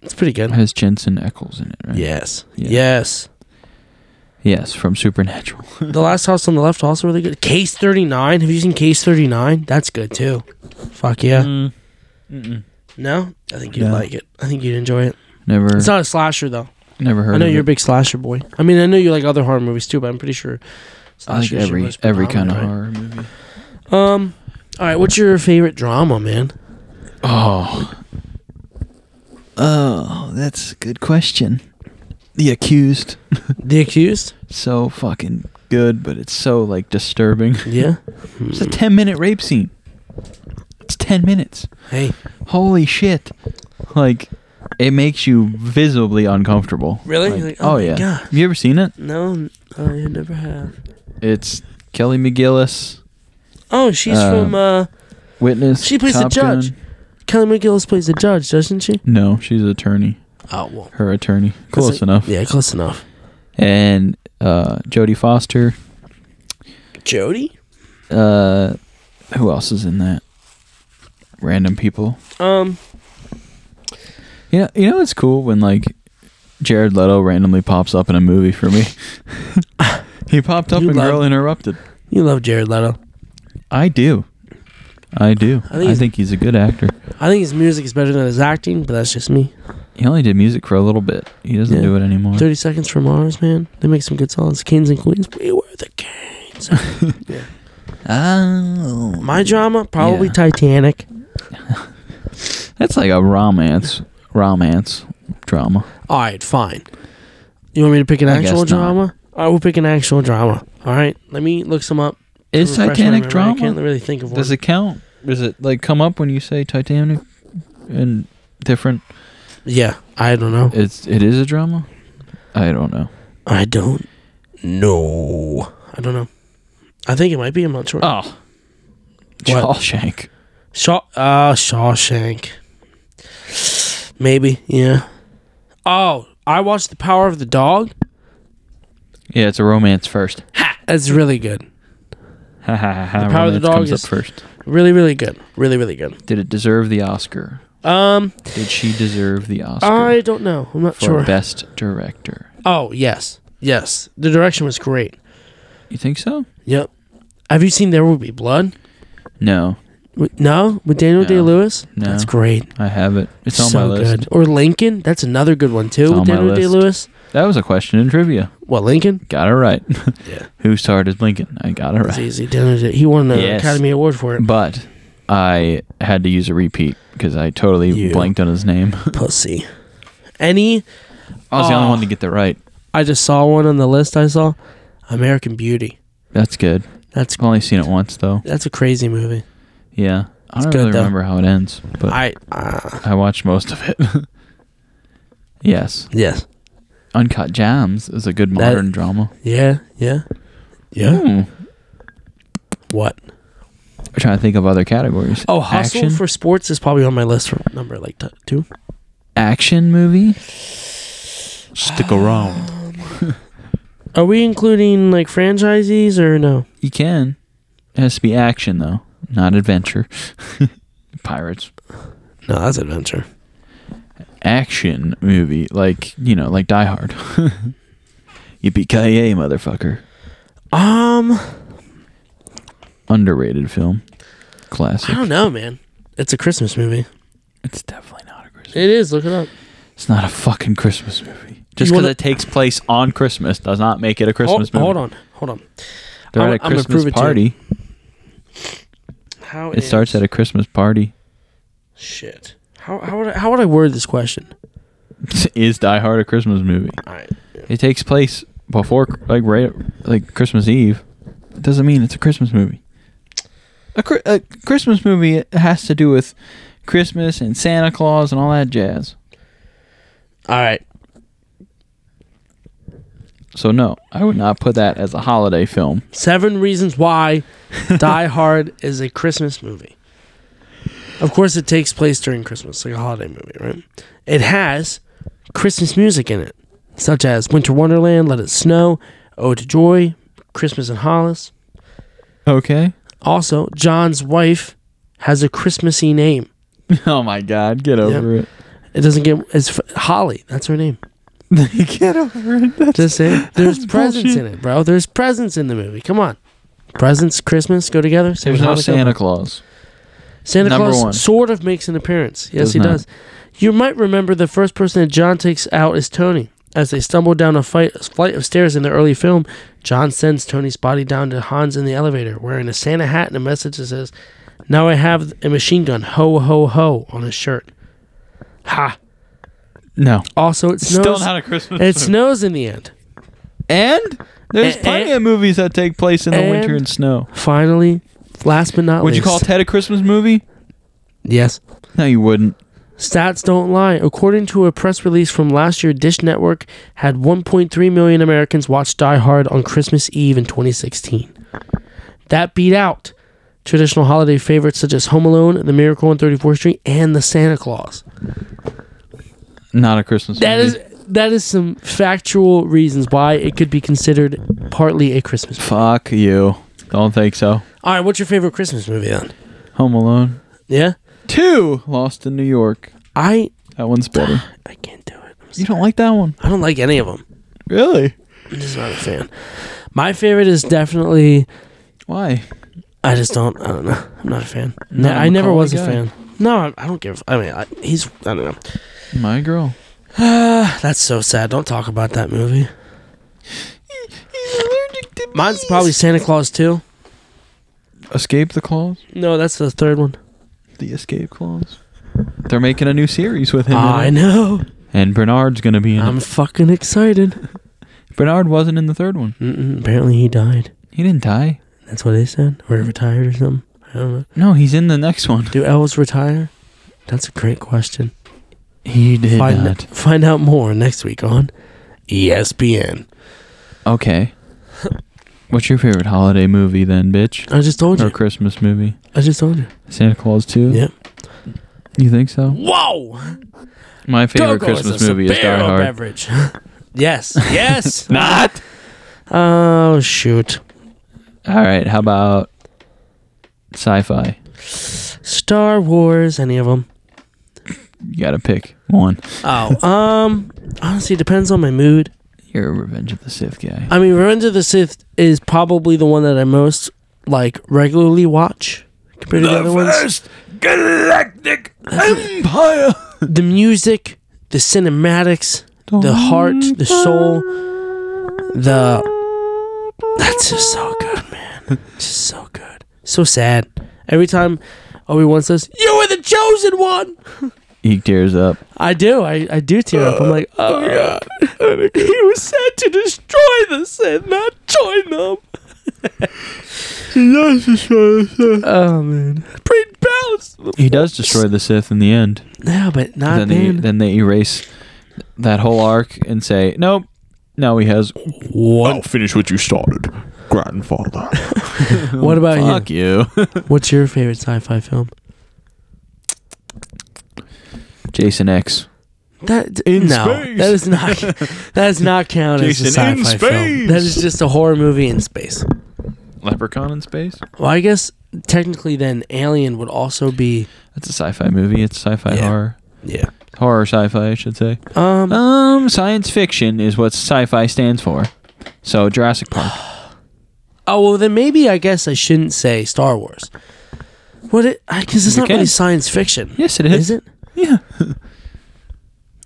Speaker 2: it's pretty
Speaker 1: it
Speaker 2: good.
Speaker 1: has Jensen Ackles in it, right?
Speaker 2: Yes,
Speaker 1: Yeah.
Speaker 2: yes.
Speaker 1: Yes, from Supernatural.
Speaker 2: The Last House on the Left also really good. Case Thirty Nine. Have you seen Case Thirty Nine? That's good too. Fuck yeah. No, I think you'd
Speaker 1: No.
Speaker 2: like it. I think you'd enjoy it.
Speaker 1: Never,
Speaker 2: It's not a slasher though.
Speaker 1: never heard.
Speaker 2: I know
Speaker 1: of
Speaker 2: you're a
Speaker 1: it.
Speaker 2: big slasher boy. I mean, I know you like other horror movies too, but I'm pretty sure.
Speaker 1: I like
Speaker 2: slasher is your
Speaker 1: every
Speaker 2: most
Speaker 1: every kind of
Speaker 2: predominant,
Speaker 1: horror movie.
Speaker 2: right? Um. All right, what's your favorite drama, man?
Speaker 1: Oh, oh, that's a good question. The Accused,
Speaker 2: The Accused.
Speaker 1: so fucking good, but it's so like disturbing.
Speaker 2: Yeah. Hmm.
Speaker 1: It's a ten minute rape scene. It's ten minutes.
Speaker 2: Hey,
Speaker 1: Holy shit! Like, it makes you visibly uncomfortable.
Speaker 2: really?
Speaker 1: Like,
Speaker 2: Like,
Speaker 1: oh
Speaker 2: oh my
Speaker 1: yeah.
Speaker 2: God.
Speaker 1: Have you ever seen it?
Speaker 2: no, I never have.
Speaker 1: It's Kelly McGillis,
Speaker 2: Oh, she's
Speaker 1: Uh,
Speaker 2: from uh,
Speaker 1: witness.
Speaker 2: She plays the
Speaker 1: Top
Speaker 2: judge.
Speaker 1: Gun.
Speaker 2: Kelly McGillis plays the judge, doesn't she?
Speaker 1: No, she's an attorney.
Speaker 2: Oh well,
Speaker 1: Her attorney. Close enough.
Speaker 2: Yeah, close enough.
Speaker 1: and uh, Jodie Foster.
Speaker 2: Jody?
Speaker 1: Uh, who else is in that? Random people.
Speaker 2: Um,
Speaker 1: Yeah, you know it's cool when like Jared Leto randomly pops up in a movie for me. he popped up
Speaker 2: You
Speaker 1: in
Speaker 2: love-
Speaker 1: Girl Interrupted.
Speaker 2: you love Jared Leto.
Speaker 1: I do. I do. I
Speaker 2: think
Speaker 1: think,
Speaker 2: he's-
Speaker 1: he's a good actor.
Speaker 2: I think his music is better than his acting, but that's just me.
Speaker 1: He only did music for a little bit. He doesn't
Speaker 2: Yeah.
Speaker 1: do it anymore.
Speaker 2: 30 Seconds from Mars, man. They make some good songs. Kings and Queens. We were the kings.
Speaker 1: Oh.
Speaker 2: My drama? Probably
Speaker 1: Yeah.
Speaker 2: Titanic.
Speaker 1: That's like a romance romance drama.
Speaker 2: All right, fine. You want me to pick an
Speaker 1: I guess
Speaker 2: actual
Speaker 1: not.
Speaker 2: drama? I will pick an actual drama. All right, let me look some up. to
Speaker 1: Is
Speaker 2: refresh my
Speaker 1: Titanic
Speaker 2: memory. I can't
Speaker 1: drama?
Speaker 2: really think of one.
Speaker 1: Does it count? Does it like come up when you say Titanic and different
Speaker 2: yeah, I don't know.
Speaker 1: it's it is a drama? I don't know.
Speaker 2: I don't know. I don't know. I think it might be. I'm not sure.
Speaker 1: Oh.
Speaker 2: What?
Speaker 1: Shawshank.
Speaker 2: Shaw, uh, Shawshank. Maybe, yeah. Oh, I watched The Power of the Dog.
Speaker 1: Yeah, it's a romance first.
Speaker 2: That's really good.
Speaker 1: Ha ha ha. ha.
Speaker 2: The Power of the
Speaker 1: Romance
Speaker 2: Dog
Speaker 1: comes
Speaker 2: is-
Speaker 1: up first.
Speaker 2: Really, really good. Really, really good.
Speaker 1: Did it deserve the Oscar?
Speaker 2: Um,
Speaker 1: Did she deserve the Oscar
Speaker 2: I don't know. I'm not
Speaker 1: for
Speaker 2: sure.
Speaker 1: best director?
Speaker 2: Oh, yes. Yes. The direction was great.
Speaker 1: You think so?
Speaker 2: Yep. Have you seen There Will Be Blood?
Speaker 1: No,
Speaker 2: With, no? With Daniel
Speaker 1: No.
Speaker 2: Day Lewis?
Speaker 1: No.
Speaker 2: That's great.
Speaker 1: I haven't. It's on
Speaker 2: so
Speaker 1: my list.
Speaker 2: good. Or Lincoln? That's another good one, too.
Speaker 1: It's
Speaker 2: with
Speaker 1: on my
Speaker 2: Daniel Day
Speaker 1: list.
Speaker 2: Lewis.
Speaker 1: That was a question in trivia.
Speaker 2: What, Lincoln?
Speaker 1: Got it right.
Speaker 2: Yeah.
Speaker 1: Who started Lincoln? I got it
Speaker 2: That's
Speaker 1: right.
Speaker 2: easy. Daniel Day- He won an
Speaker 1: Yes.
Speaker 2: Academy Award for it.
Speaker 1: But I had to use a repeat because I totally
Speaker 2: You.
Speaker 1: blanked on his name.
Speaker 2: Pussy. Any.
Speaker 1: I was the
Speaker 2: Aw.
Speaker 1: only one to get that right.
Speaker 2: I just saw one on the list I saw. American Beauty.
Speaker 1: That's good.
Speaker 2: That's
Speaker 1: I've only seen it once though.
Speaker 2: that's a crazy movie.
Speaker 1: Yeah. I don't
Speaker 2: good,
Speaker 1: really
Speaker 2: though.
Speaker 1: remember how it ends, but I,
Speaker 2: I uh,
Speaker 1: watched most of it. yes.
Speaker 2: yes.
Speaker 1: Uncut Jams is a good modern drama.
Speaker 2: Yeah, yeah. Yeah.
Speaker 1: Hmm.
Speaker 2: What?
Speaker 1: I'm trying to think of other categories.
Speaker 2: Oh, Hustle
Speaker 1: action,
Speaker 2: for Sports is probably on my list for number like t- two.
Speaker 1: action movie. Stick around.
Speaker 2: Are we including like franchisees or no?
Speaker 1: You can. It has to be action though, not adventure. Pirates.
Speaker 2: No, that's adventure.
Speaker 1: Action movie, like you know, like Die Hard. Yippee ki yay, motherfucker!
Speaker 2: Um,
Speaker 1: Underrated film,
Speaker 2: I
Speaker 1: classic.
Speaker 2: don't know, man. It's a Christmas movie.
Speaker 1: It's definitely not a Christmas.
Speaker 2: It is. Look it up.
Speaker 1: It's not a fucking Christmas movie. Just because
Speaker 2: You wanna-
Speaker 1: it takes place on Christmas does not make it a Christmas
Speaker 2: hold,
Speaker 1: movie.
Speaker 2: hold on, hold on.
Speaker 1: They're
Speaker 2: I'm-
Speaker 1: at a
Speaker 2: I'm gonna prove
Speaker 1: Christmas
Speaker 2: it to you. Oh,
Speaker 1: party.
Speaker 2: How
Speaker 1: It starts at a Christmas party.
Speaker 2: shit. How how would I, how would I word this question?
Speaker 1: Is Die Hard a Christmas movie?
Speaker 2: All right.
Speaker 1: It takes place before, like right, like Christmas Eve. It doesn't mean it's a Christmas movie. A, Chri- a Christmas movie it has to do with Christmas and Santa Claus and all that jazz.
Speaker 2: All right.
Speaker 1: So no, I would not put that as a holiday film.
Speaker 2: Seven reasons why Die Hard is a Christmas movie. Of course, it takes place during Christmas, like a holiday movie, right? It has Christmas music in it, such as Winter Wonderland, Let It Snow, Ode to Joy, Christmas in Hollis.
Speaker 1: Okay.
Speaker 2: Also, John's wife has a Christmassy name.
Speaker 1: Oh my God, get over
Speaker 2: It doesn't get it's f- Holly. That's her name.
Speaker 1: it. get over it. That's
Speaker 2: Just saying. There's presents
Speaker 1: bullshit.
Speaker 2: in it, bro. There's presents in the movie. Come on. Presents, Christmas, go together. same
Speaker 1: There's
Speaker 2: with
Speaker 1: no
Speaker 2: Hanukkah.
Speaker 1: Santa Claus.
Speaker 2: Santa
Speaker 1: Number
Speaker 2: Claus
Speaker 1: one.
Speaker 2: sort of makes an appearance. Yes,
Speaker 1: Does
Speaker 2: he
Speaker 1: not.
Speaker 2: does. You might remember the first person that John takes out is Tony. As they stumble down a fight, flight of stairs in the early film, John sends Tony's body down to Hans in the elevator, wearing a Santa hat and a message that says, Now I have a machine gun, ho, ho, ho, on his shirt. Ha.
Speaker 1: No.
Speaker 2: Also, it snows.
Speaker 1: Still not a Christmas.
Speaker 2: it snows in the end.
Speaker 1: And there's
Speaker 2: And-
Speaker 1: plenty of movies that take place in the winter
Speaker 2: and-
Speaker 1: and snow.
Speaker 2: Finally, last but not
Speaker 1: Would you
Speaker 2: least.
Speaker 1: call Ted a Christmas movie?
Speaker 2: Yes.
Speaker 1: No, you wouldn't.
Speaker 2: Stats don't lie. According to a press release from last year, Dish Network had 1.3 million Americans watch Die Hard on Christmas Eve in 2016. That beat out traditional holiday favorites such as Home Alone, The Miracle on 34th Street, and The Santa Claus.
Speaker 1: Not a Christmas
Speaker 2: That
Speaker 1: movie.
Speaker 2: is that is some factual reasons why it could be considered partly a Christmas. movie.
Speaker 1: Fuck you. Don't think so.
Speaker 2: All right, what's your favorite Christmas movie then?
Speaker 1: Home Alone.
Speaker 2: Yeah,
Speaker 1: Two. Lost in New York.
Speaker 2: I
Speaker 1: That one's better.
Speaker 2: I can't do it. I'm
Speaker 1: You
Speaker 2: sorry.
Speaker 1: don't like that one?
Speaker 2: I don't like any of them.
Speaker 1: Really?
Speaker 2: I'm just not a fan. My favorite is definitely.
Speaker 1: Why?
Speaker 2: I just don't. I don't know. I'm not a fan. No,
Speaker 1: Not a
Speaker 2: I never was a
Speaker 1: Macaulay guy.
Speaker 2: fan. No, I, I don't give. I mean, I, he's. I don't know.
Speaker 1: My girl.
Speaker 2: That's so sad. Don't talk about that movie. Mine's probably Santa Claus too.
Speaker 1: Escape the Claws.
Speaker 2: No, that's the third one.
Speaker 1: The Escape Claws. They're making a new series with him. in
Speaker 2: Ah, I
Speaker 1: it.
Speaker 2: know.
Speaker 1: And Bernard's gonna be in
Speaker 2: I'm
Speaker 1: it.
Speaker 2: fucking excited.
Speaker 1: Bernard wasn't in the third one.
Speaker 2: Mm-mm, apparently, he died.
Speaker 1: He didn't die.
Speaker 2: That's what they said. Or retired or something. I don't know.
Speaker 1: No, he's in the next one.
Speaker 2: Do elves retire? That's a great question.
Speaker 1: He did
Speaker 2: Find
Speaker 1: not.
Speaker 2: find out more next week on E ESPN.
Speaker 1: Okay. What's your favorite holiday movie then, bitch?
Speaker 2: I just told
Speaker 1: Or
Speaker 2: you.
Speaker 1: Christmas movie?
Speaker 2: I just told you.
Speaker 1: Santa Claus 2?
Speaker 2: Yep.
Speaker 1: You think so?
Speaker 2: Whoa!
Speaker 1: My favorite
Speaker 2: Go-Go's
Speaker 1: Christmas
Speaker 2: a
Speaker 1: movie is Die
Speaker 2: superior
Speaker 1: Hard.
Speaker 2: Beverage. yes. Yes.
Speaker 1: Not.
Speaker 2: Oh shoot.
Speaker 1: All right. How about sci-fi?
Speaker 2: Star Wars. Any of them?
Speaker 1: You gotta pick one.
Speaker 2: Oh. um. Honestly, it depends on my mood.
Speaker 1: You're a Revenge of the Sith guy.
Speaker 2: I mean, Revenge of the Sith is probably the one that I most like regularly watch compared to the other ones.
Speaker 1: Galactic Empire.
Speaker 2: the music, the cinematics, the heart, the soul, the that's just so good, man. Just so good. So sad. Every time Obi Wan says, "You were the chosen one,"
Speaker 1: He tears up.
Speaker 2: I do. I, I do tear up. I'm like, oh god. he was sent to destroy the Sith, not join them. Oh man, bring balance.
Speaker 1: He does destroy the Sith in the end.
Speaker 2: No, but not
Speaker 1: then they
Speaker 2: then.
Speaker 1: then they erase that whole arc and say, nope. Now he has. Oh,
Speaker 2: What?
Speaker 3: finish what you started, grandfather.
Speaker 2: What about you?
Speaker 1: Fuck you,
Speaker 2: What's your favorite sci-fi film?
Speaker 1: Jason X.
Speaker 2: That no,
Speaker 3: space.
Speaker 2: that is not that is not counted as a
Speaker 3: Jason, in
Speaker 2: sci-fi film.
Speaker 3: space.
Speaker 2: That is just a horror movie in space.
Speaker 1: Leprechaun in space.
Speaker 2: Well, I guess technically then Alien would also be
Speaker 1: That's a sci-fi movie. It's sci-fi
Speaker 2: Yeah.
Speaker 1: horror.
Speaker 2: yeah.
Speaker 1: Horror sci-fi, I should say.
Speaker 2: Um,
Speaker 1: Um, science fiction is what sci-fi stands for. So Jurassic Park.
Speaker 2: oh well, then maybe I guess I shouldn't say Star Wars. What it? Because it's
Speaker 1: You
Speaker 2: not
Speaker 1: can.
Speaker 2: really science fiction.
Speaker 1: yes, it is.
Speaker 2: Is it?
Speaker 1: Yeah.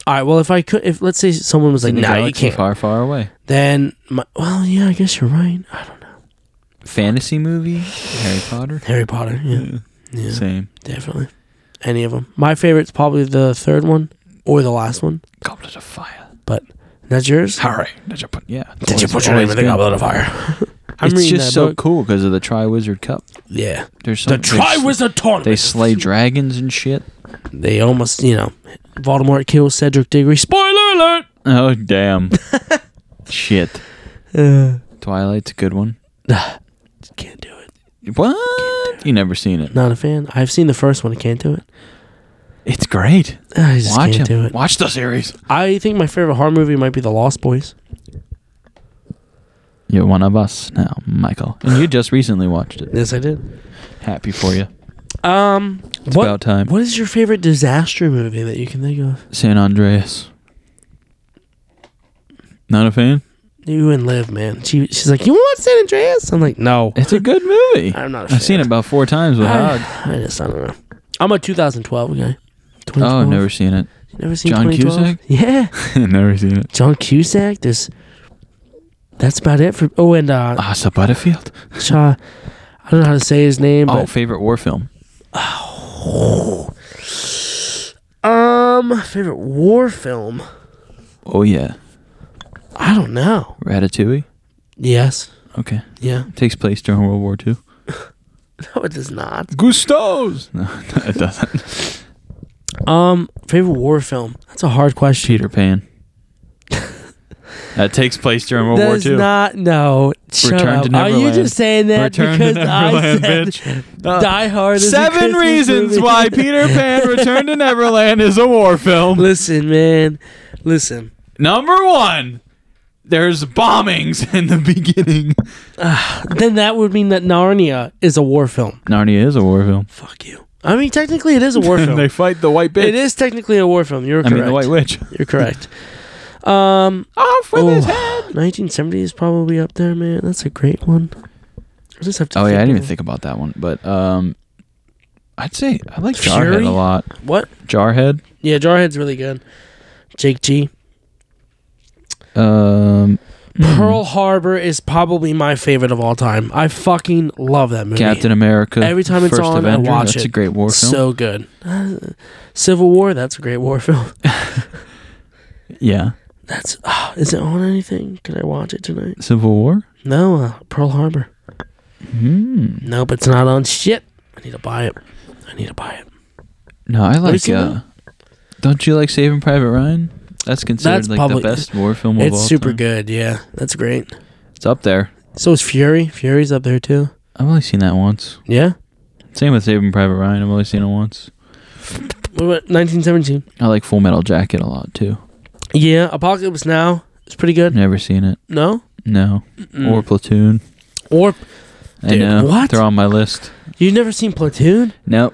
Speaker 2: All right. Well, if I could, if let's say someone was like,
Speaker 1: In the
Speaker 2: "No, nah, you
Speaker 1: galaxy
Speaker 2: can't,"
Speaker 1: Far, far away.
Speaker 2: then my, well, yeah, I guess you're right. I don't know.
Speaker 1: Fantasy movie. Harry Potter.
Speaker 2: Harry Potter. Yeah, yeah,
Speaker 1: Same.
Speaker 2: definitely. Any of them. My favorite's probably the third one or the last one.
Speaker 1: Goblet of Fire.
Speaker 2: But that's yours.
Speaker 1: All right. Did you put? Yeah.
Speaker 2: Did you put your name in the goblet of fire? I'm
Speaker 1: It's
Speaker 2: reading
Speaker 1: just
Speaker 2: that
Speaker 1: so
Speaker 2: book.
Speaker 1: cool because of the Triwizard Cup.
Speaker 2: Yeah.
Speaker 1: There's so
Speaker 2: The
Speaker 1: they
Speaker 2: Tri
Speaker 1: sl-
Speaker 2: Wizard Tournament.
Speaker 1: They slay dragons and shit.
Speaker 2: They almost, you know, Voldemort kills Cedric Diggory. Spoiler alert!
Speaker 1: Oh damn. shit.
Speaker 2: Uh,
Speaker 1: Twilight's a good one.
Speaker 2: can't do it.
Speaker 1: What? You never seen it?
Speaker 2: Not a fan. I've seen the first one. I can't do it.
Speaker 1: It's great.
Speaker 2: I just
Speaker 1: Watch
Speaker 2: can't
Speaker 1: him.
Speaker 2: do it.
Speaker 1: Watch the series.
Speaker 2: I think my favorite horror movie might be The Lost Boys.
Speaker 1: You're one of us now, Michael. And you just recently watched it.
Speaker 2: Yes, I did.
Speaker 1: Happy for you.
Speaker 2: Um,
Speaker 1: It's
Speaker 2: what,
Speaker 1: about time.
Speaker 2: what is your favorite disaster movie that you can think of?
Speaker 1: San Andreas. Not a fan?
Speaker 2: You and Liv, man. She, she's like, you want San Andreas? I'm like, no.
Speaker 1: It's a good movie.
Speaker 2: I'm not a fan.
Speaker 1: I've seen it about four times
Speaker 2: Ah.
Speaker 1: with Hog.
Speaker 2: I, I just I don't know. I'm a 2012 guy. 2012.
Speaker 1: Oh, I've never seen it.
Speaker 2: never seen
Speaker 1: John
Speaker 2: 2012?
Speaker 1: Cusack?
Speaker 2: Yeah,
Speaker 1: never seen it.
Speaker 2: John Cusack. This. That's about it for. Oh, and uh,
Speaker 1: Asa Butterfield.
Speaker 2: Cha, I don't know how to say his name,
Speaker 1: Oh,
Speaker 2: but
Speaker 1: favorite war film. Oh.
Speaker 2: um, favorite war film.
Speaker 1: Oh, yeah.
Speaker 2: I don't know.
Speaker 1: Ratatouille.
Speaker 2: Yes.
Speaker 1: Okay.
Speaker 2: Yeah.
Speaker 1: Takes place during World War II.
Speaker 2: No, it does not.
Speaker 1: Gusto's. No, it doesn't.
Speaker 2: Um, favorite war film. That's a hard question.
Speaker 1: Peter Pan. that takes place during World
Speaker 2: That
Speaker 1: War
Speaker 2: is
Speaker 1: II.
Speaker 2: not no. Shut
Speaker 1: Return
Speaker 2: up.
Speaker 1: to
Speaker 2: Are you
Speaker 1: Neverland.
Speaker 2: just saying that
Speaker 1: Return to
Speaker 2: because I
Speaker 1: Neverland,
Speaker 2: said
Speaker 1: Uh,
Speaker 2: Die Hard? Is a
Speaker 1: Seven
Speaker 2: Christmas
Speaker 1: reasons
Speaker 2: movie?
Speaker 1: why Peter Pan Return to Neverland is a war film.
Speaker 2: Listen, man. Listen.
Speaker 1: Number one, there's bombings in the beginning.
Speaker 2: Then that would mean that Narnia is a war film.
Speaker 1: Narnia is a war film.
Speaker 2: Fuck you. I mean, technically, it is a war film.
Speaker 1: they fight the white bitch.
Speaker 2: it is technically a war film. You're
Speaker 1: I
Speaker 2: correct.
Speaker 1: mean, the white witch.
Speaker 2: You're correct. Um,
Speaker 1: Off with
Speaker 2: oh,
Speaker 1: his head.
Speaker 2: 1970 is probably up there, man. That's a great one. I just have to.
Speaker 1: Oh yeah, I didn't even
Speaker 2: of-
Speaker 1: think about that one. But um, I'd say I like Jarhead
Speaker 2: Fury?
Speaker 1: a lot.
Speaker 2: What?
Speaker 1: Jarhead.
Speaker 2: Yeah, Jarhead's really good. Jake G.
Speaker 1: Um,
Speaker 2: Hmm. Pearl Harbor is probably my favorite of all time. I fucking love that movie.
Speaker 1: Captain America.
Speaker 2: Every time it's
Speaker 1: First
Speaker 2: on, I
Speaker 1: Avenger,
Speaker 2: watch
Speaker 1: That's
Speaker 2: it.
Speaker 1: a great war film.
Speaker 2: So good. Uh, Civil War. That's a great war film.
Speaker 1: yeah,
Speaker 2: That's. ah, is it on anything? Can I watch it tonight?
Speaker 1: Civil War.
Speaker 2: No. Uh, Pearl Harbor.
Speaker 1: Hmm.
Speaker 2: Nope. It's not on shit. I need to buy it. I need to buy it.
Speaker 1: No, I
Speaker 2: you
Speaker 1: like.
Speaker 2: seen
Speaker 1: Uh, don't you like Saving Private Ryan? That's considered
Speaker 2: That's
Speaker 1: like
Speaker 2: probably-
Speaker 1: the best war film of all
Speaker 2: it's super
Speaker 1: time.
Speaker 2: good. Yeah, that's great.
Speaker 1: It's up there.
Speaker 2: So is Fury. Fury's up there too.
Speaker 1: I've only seen that once.
Speaker 2: Yeah.
Speaker 1: Same with Saving Private Ryan. I've only seen it once.
Speaker 2: What about 1917?
Speaker 1: I like Full Metal Jacket a lot too.
Speaker 2: Yeah. Apocalypse Now. It's pretty good.
Speaker 1: Never seen it.
Speaker 2: No.
Speaker 1: No. Or Platoon.
Speaker 2: Or
Speaker 1: I
Speaker 2: Dude,
Speaker 1: know.
Speaker 2: what?
Speaker 1: They're on my list.
Speaker 2: you've never seen Platoon?
Speaker 1: Nope.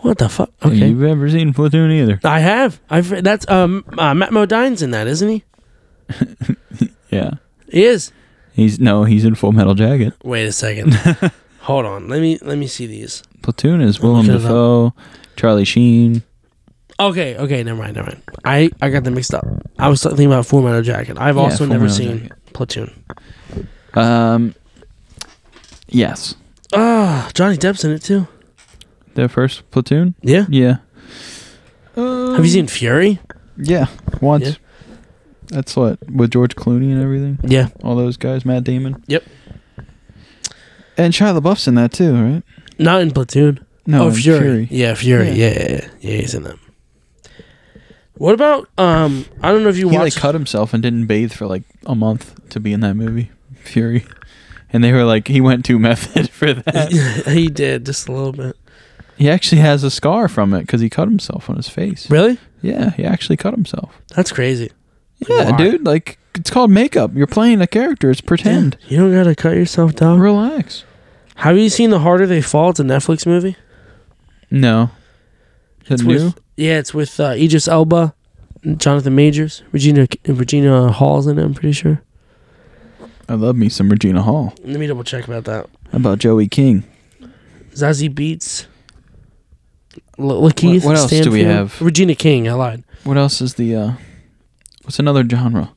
Speaker 2: What the fuck? Okay.
Speaker 1: You've ever seen Platoon either?
Speaker 2: I have. I've that's um uh, Matt Modine's in that, isn't he?
Speaker 1: Yeah.
Speaker 2: He is.
Speaker 1: He's no, he's in Full Metal Jacket.
Speaker 2: Wait a second. Hold on. Let me let me see these.
Speaker 1: Platoon is
Speaker 2: I'm
Speaker 1: Willem
Speaker 2: looking it
Speaker 1: Dafoe, Charlie Sheen.
Speaker 2: Okay, okay, never mind, never mind. I I got them mixed up. I was thinking about Full Metal Jacket. I've
Speaker 1: Yeah,
Speaker 2: also
Speaker 1: Full
Speaker 2: never
Speaker 1: Metal
Speaker 2: seen Platoon.
Speaker 1: Um, yes,
Speaker 2: Ah, Johnny Depp's in it too.
Speaker 1: the first Platoon.
Speaker 2: Yeah.
Speaker 1: Yeah.
Speaker 2: Have you seen Fury?
Speaker 1: Yeah, once.
Speaker 2: Yeah.
Speaker 1: That's what with George Clooney and everything.
Speaker 2: Yeah.
Speaker 1: All those guys, Matt Damon.
Speaker 2: Yep.
Speaker 1: And Shia LaBeouf's in that too, right?
Speaker 2: Not in Platoon.
Speaker 1: No,
Speaker 2: oh,
Speaker 1: in
Speaker 2: Fury. Yeah, Fury.
Speaker 1: Yeah.
Speaker 2: Yeah. yeah, yeah, yeah. He's in them. What about um? I don't know if you
Speaker 1: He like
Speaker 2: watched.
Speaker 1: cut himself and didn't bathe for like a month to be in that movie, Fury. And they were like, he went too method for that.
Speaker 2: he did just a little bit.
Speaker 1: He actually has a scar from it because he cut himself on his face.
Speaker 2: Really?
Speaker 1: Yeah, he actually cut himself.
Speaker 2: That's crazy.
Speaker 1: Yeah,
Speaker 2: Why?
Speaker 1: dude. Like it's called makeup. You're playing a character. It's pretend.
Speaker 2: You don't gotta cut yourself down.
Speaker 1: Relax.
Speaker 2: Have you seen The Harder They Fall? It's a Netflix movie.
Speaker 1: No. Is it
Speaker 2: It's
Speaker 1: new?
Speaker 2: With, yeah, it's with uh, Idris Elba, and Jonathan Majors, Regina Regina Hall's in it. I'm pretty sure.
Speaker 1: I love me some Regina Hall.
Speaker 2: Let me double check about that.
Speaker 1: How about Joey King?
Speaker 2: Zazie Beats. L- Lakeith.
Speaker 1: What- what else do we
Speaker 2: Stanfield.
Speaker 1: have?
Speaker 2: Regina King. I lied.
Speaker 1: What else is the? uh What's another genre?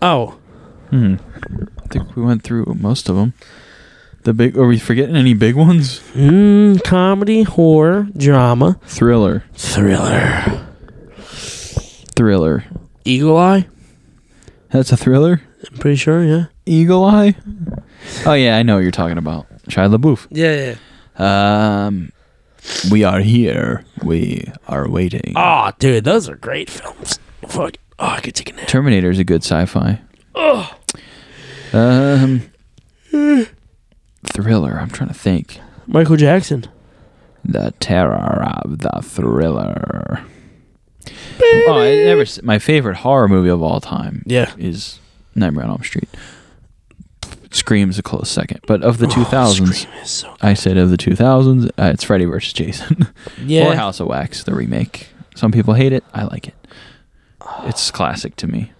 Speaker 2: Oh,
Speaker 1: Hmm. I think we went through most of them. The big. Are we forgetting any big ones?
Speaker 2: mm, comedy, horror, drama,
Speaker 1: Thriller.
Speaker 2: thriller.
Speaker 1: Thriller.
Speaker 2: Eagle Eye.
Speaker 1: That's a thriller.
Speaker 2: I'm pretty sure. Yeah.
Speaker 1: Eagle Eye. Oh yeah, I know what you're talking about. Shia LaBeouf.
Speaker 2: Yeah. yeah.
Speaker 1: Um, we are here. We are waiting.
Speaker 2: Oh, dude, those are great films. Fuck. Oh, I could take a nap.
Speaker 1: Terminator is a good sci-fi. Um, thriller. I'm trying to think.
Speaker 2: Michael Jackson.
Speaker 1: The terror of the thriller. Oh, I never. s- My favorite horror movie of all time
Speaker 2: Yeah.
Speaker 1: is Nightmare on Elm Street. Scream's a close second, but of the 2000s,
Speaker 2: Oh, Scream is so.
Speaker 1: I said of the 2000s, uh, it's Freddy versus Jason.
Speaker 2: Yeah.
Speaker 1: or House of Wax, the remake. Some people hate it. I like it. It's classic to me.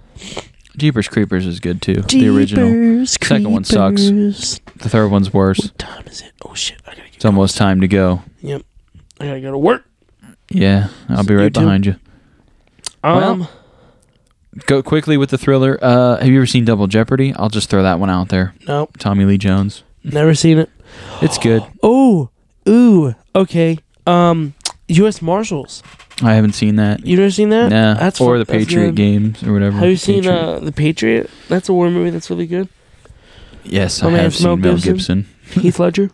Speaker 1: Jeepers Creepers is good too. the original.
Speaker 2: Jeepers
Speaker 1: Second one sucks.
Speaker 2: creepers.
Speaker 1: The third one's worse.
Speaker 2: What time is it? Oh shit! I gotta get.
Speaker 1: It's almost time to go.
Speaker 2: I gotta go to work.
Speaker 1: Yeah, I'll be
Speaker 2: You
Speaker 1: right
Speaker 2: too?
Speaker 1: behind you.
Speaker 2: Um.
Speaker 1: Go quickly with the thriller. Uh, have you ever seen Double Jeopardy? I'll just throw that one out there.
Speaker 2: Nope.
Speaker 1: Tommy Lee Jones.
Speaker 2: Never seen it.
Speaker 1: It's good.
Speaker 2: Oh. Ooh. Okay. Um. U.S. Marshals.
Speaker 1: I haven't seen that.
Speaker 2: You never seen that?
Speaker 1: Nah,
Speaker 2: That's
Speaker 1: or
Speaker 2: fu-
Speaker 1: the
Speaker 2: that's
Speaker 1: Patriot
Speaker 2: good.
Speaker 1: Games or whatever.
Speaker 2: Have you seen
Speaker 1: Patriot.
Speaker 2: uh, the Patriot? That's a war movie that's really good.
Speaker 1: Yes,
Speaker 2: uh, my
Speaker 1: I
Speaker 2: man
Speaker 1: have
Speaker 2: Mel
Speaker 1: seen Mel
Speaker 2: Gibson?
Speaker 1: Gibson.
Speaker 2: Heath Ledger.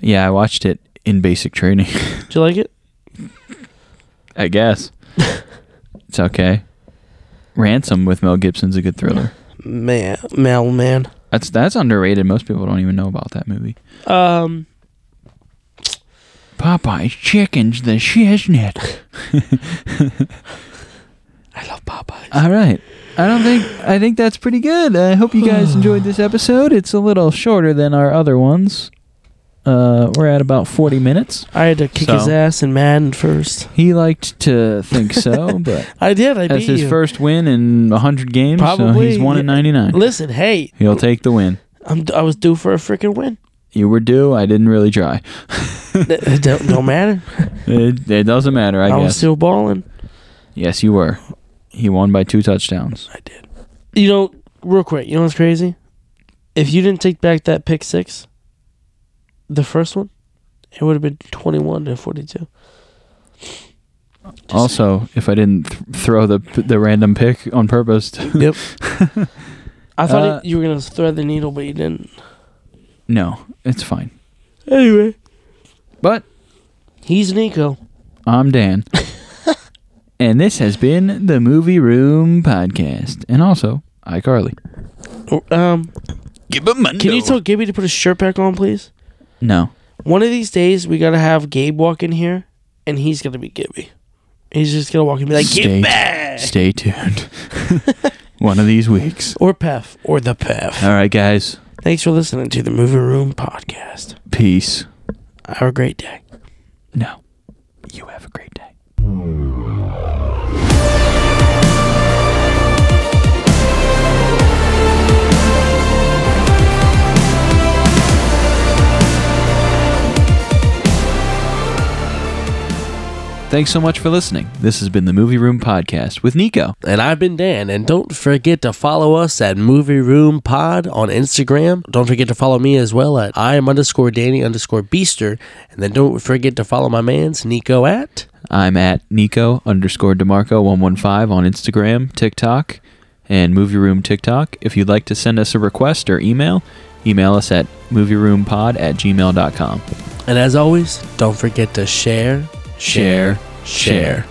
Speaker 1: Yeah, I watched it in basic training.
Speaker 2: Did you like it?
Speaker 1: I guess. it's okay. Ransom with Mel Gibson's a good thriller.
Speaker 2: Man, mailman.
Speaker 1: That's that's underrated. Most people don't even know about that movie.
Speaker 2: Um.
Speaker 1: But Popeye's chicken's the shiznit.
Speaker 2: I love Popeyes.
Speaker 1: All right. I don't think I think that's pretty good. I hope you guys enjoyed this episode. It's a little shorter than our other ones. Uh, we're at about 40 minutes.
Speaker 2: I had to kick
Speaker 1: So-
Speaker 2: his ass in Madden first.
Speaker 1: He liked to think so, but
Speaker 2: I did. I
Speaker 1: that's
Speaker 2: beat
Speaker 1: his
Speaker 2: you.
Speaker 1: first win in 100 games, so
Speaker 2: Probably,
Speaker 1: he's 1 in
Speaker 2: yeah.
Speaker 1: 99.
Speaker 2: Listen, hey,
Speaker 1: He'll take the win.
Speaker 2: I'm, I was due for a freaking win.
Speaker 1: You were due. I didn't really try.
Speaker 2: it don't, don't matter.
Speaker 1: It, it doesn't matter, I,
Speaker 2: I, was
Speaker 1: guess.
Speaker 2: still balling.
Speaker 1: yes, you were. He won by two touchdowns.
Speaker 2: I did. You know, real quick. You know what's crazy? If you didn't take back that pick six, the first one, it would have been twenty-one to forty-two. Just
Speaker 1: Also, if I didn't th- throw the the random pick on purpose,
Speaker 2: Yep. I thought
Speaker 1: Uh,
Speaker 2: you were gonna thread the needle, but you didn't.
Speaker 1: no, it's fine.
Speaker 2: Anyway,
Speaker 1: But
Speaker 2: he's Nico.
Speaker 1: I'm Dan. and this has been the Movie Room Podcast. And also, iCarly.
Speaker 2: Um,
Speaker 1: Give him money.
Speaker 2: can you tell Gibby to put his shirt back on, please?
Speaker 1: No.
Speaker 2: One of these days, we gotta have Gabe walk in here, and he's gonna be Gibby. He's just gonna walk and be like, "Get
Speaker 1: Stay-
Speaker 2: back!"
Speaker 1: Stay tuned. One of these weeks.
Speaker 2: Or Pef, or the Pef.
Speaker 1: All right, guys.
Speaker 2: Thanks for listening to the Movie Room Podcast.
Speaker 1: Peace.
Speaker 2: Have a great day.
Speaker 1: No. You have a great day. Thanks so much for listening. This has been the Movie Room Podcast with Nico.
Speaker 4: And I've been Dan. And don't forget to follow us at Movie Room Pod on Instagram. Don't forget to follow me as well at I am underscore Danny underscore Beaster. And then don't forget to follow my man's Nico at.
Speaker 1: I'm at Nico underscore DeMarco 115 on Instagram, TikTok, and Movie Room TikTok. If you'd like to send us a request or email, email us at movieroompod at gmail.com.
Speaker 4: And as always, don't forget to share, share, share.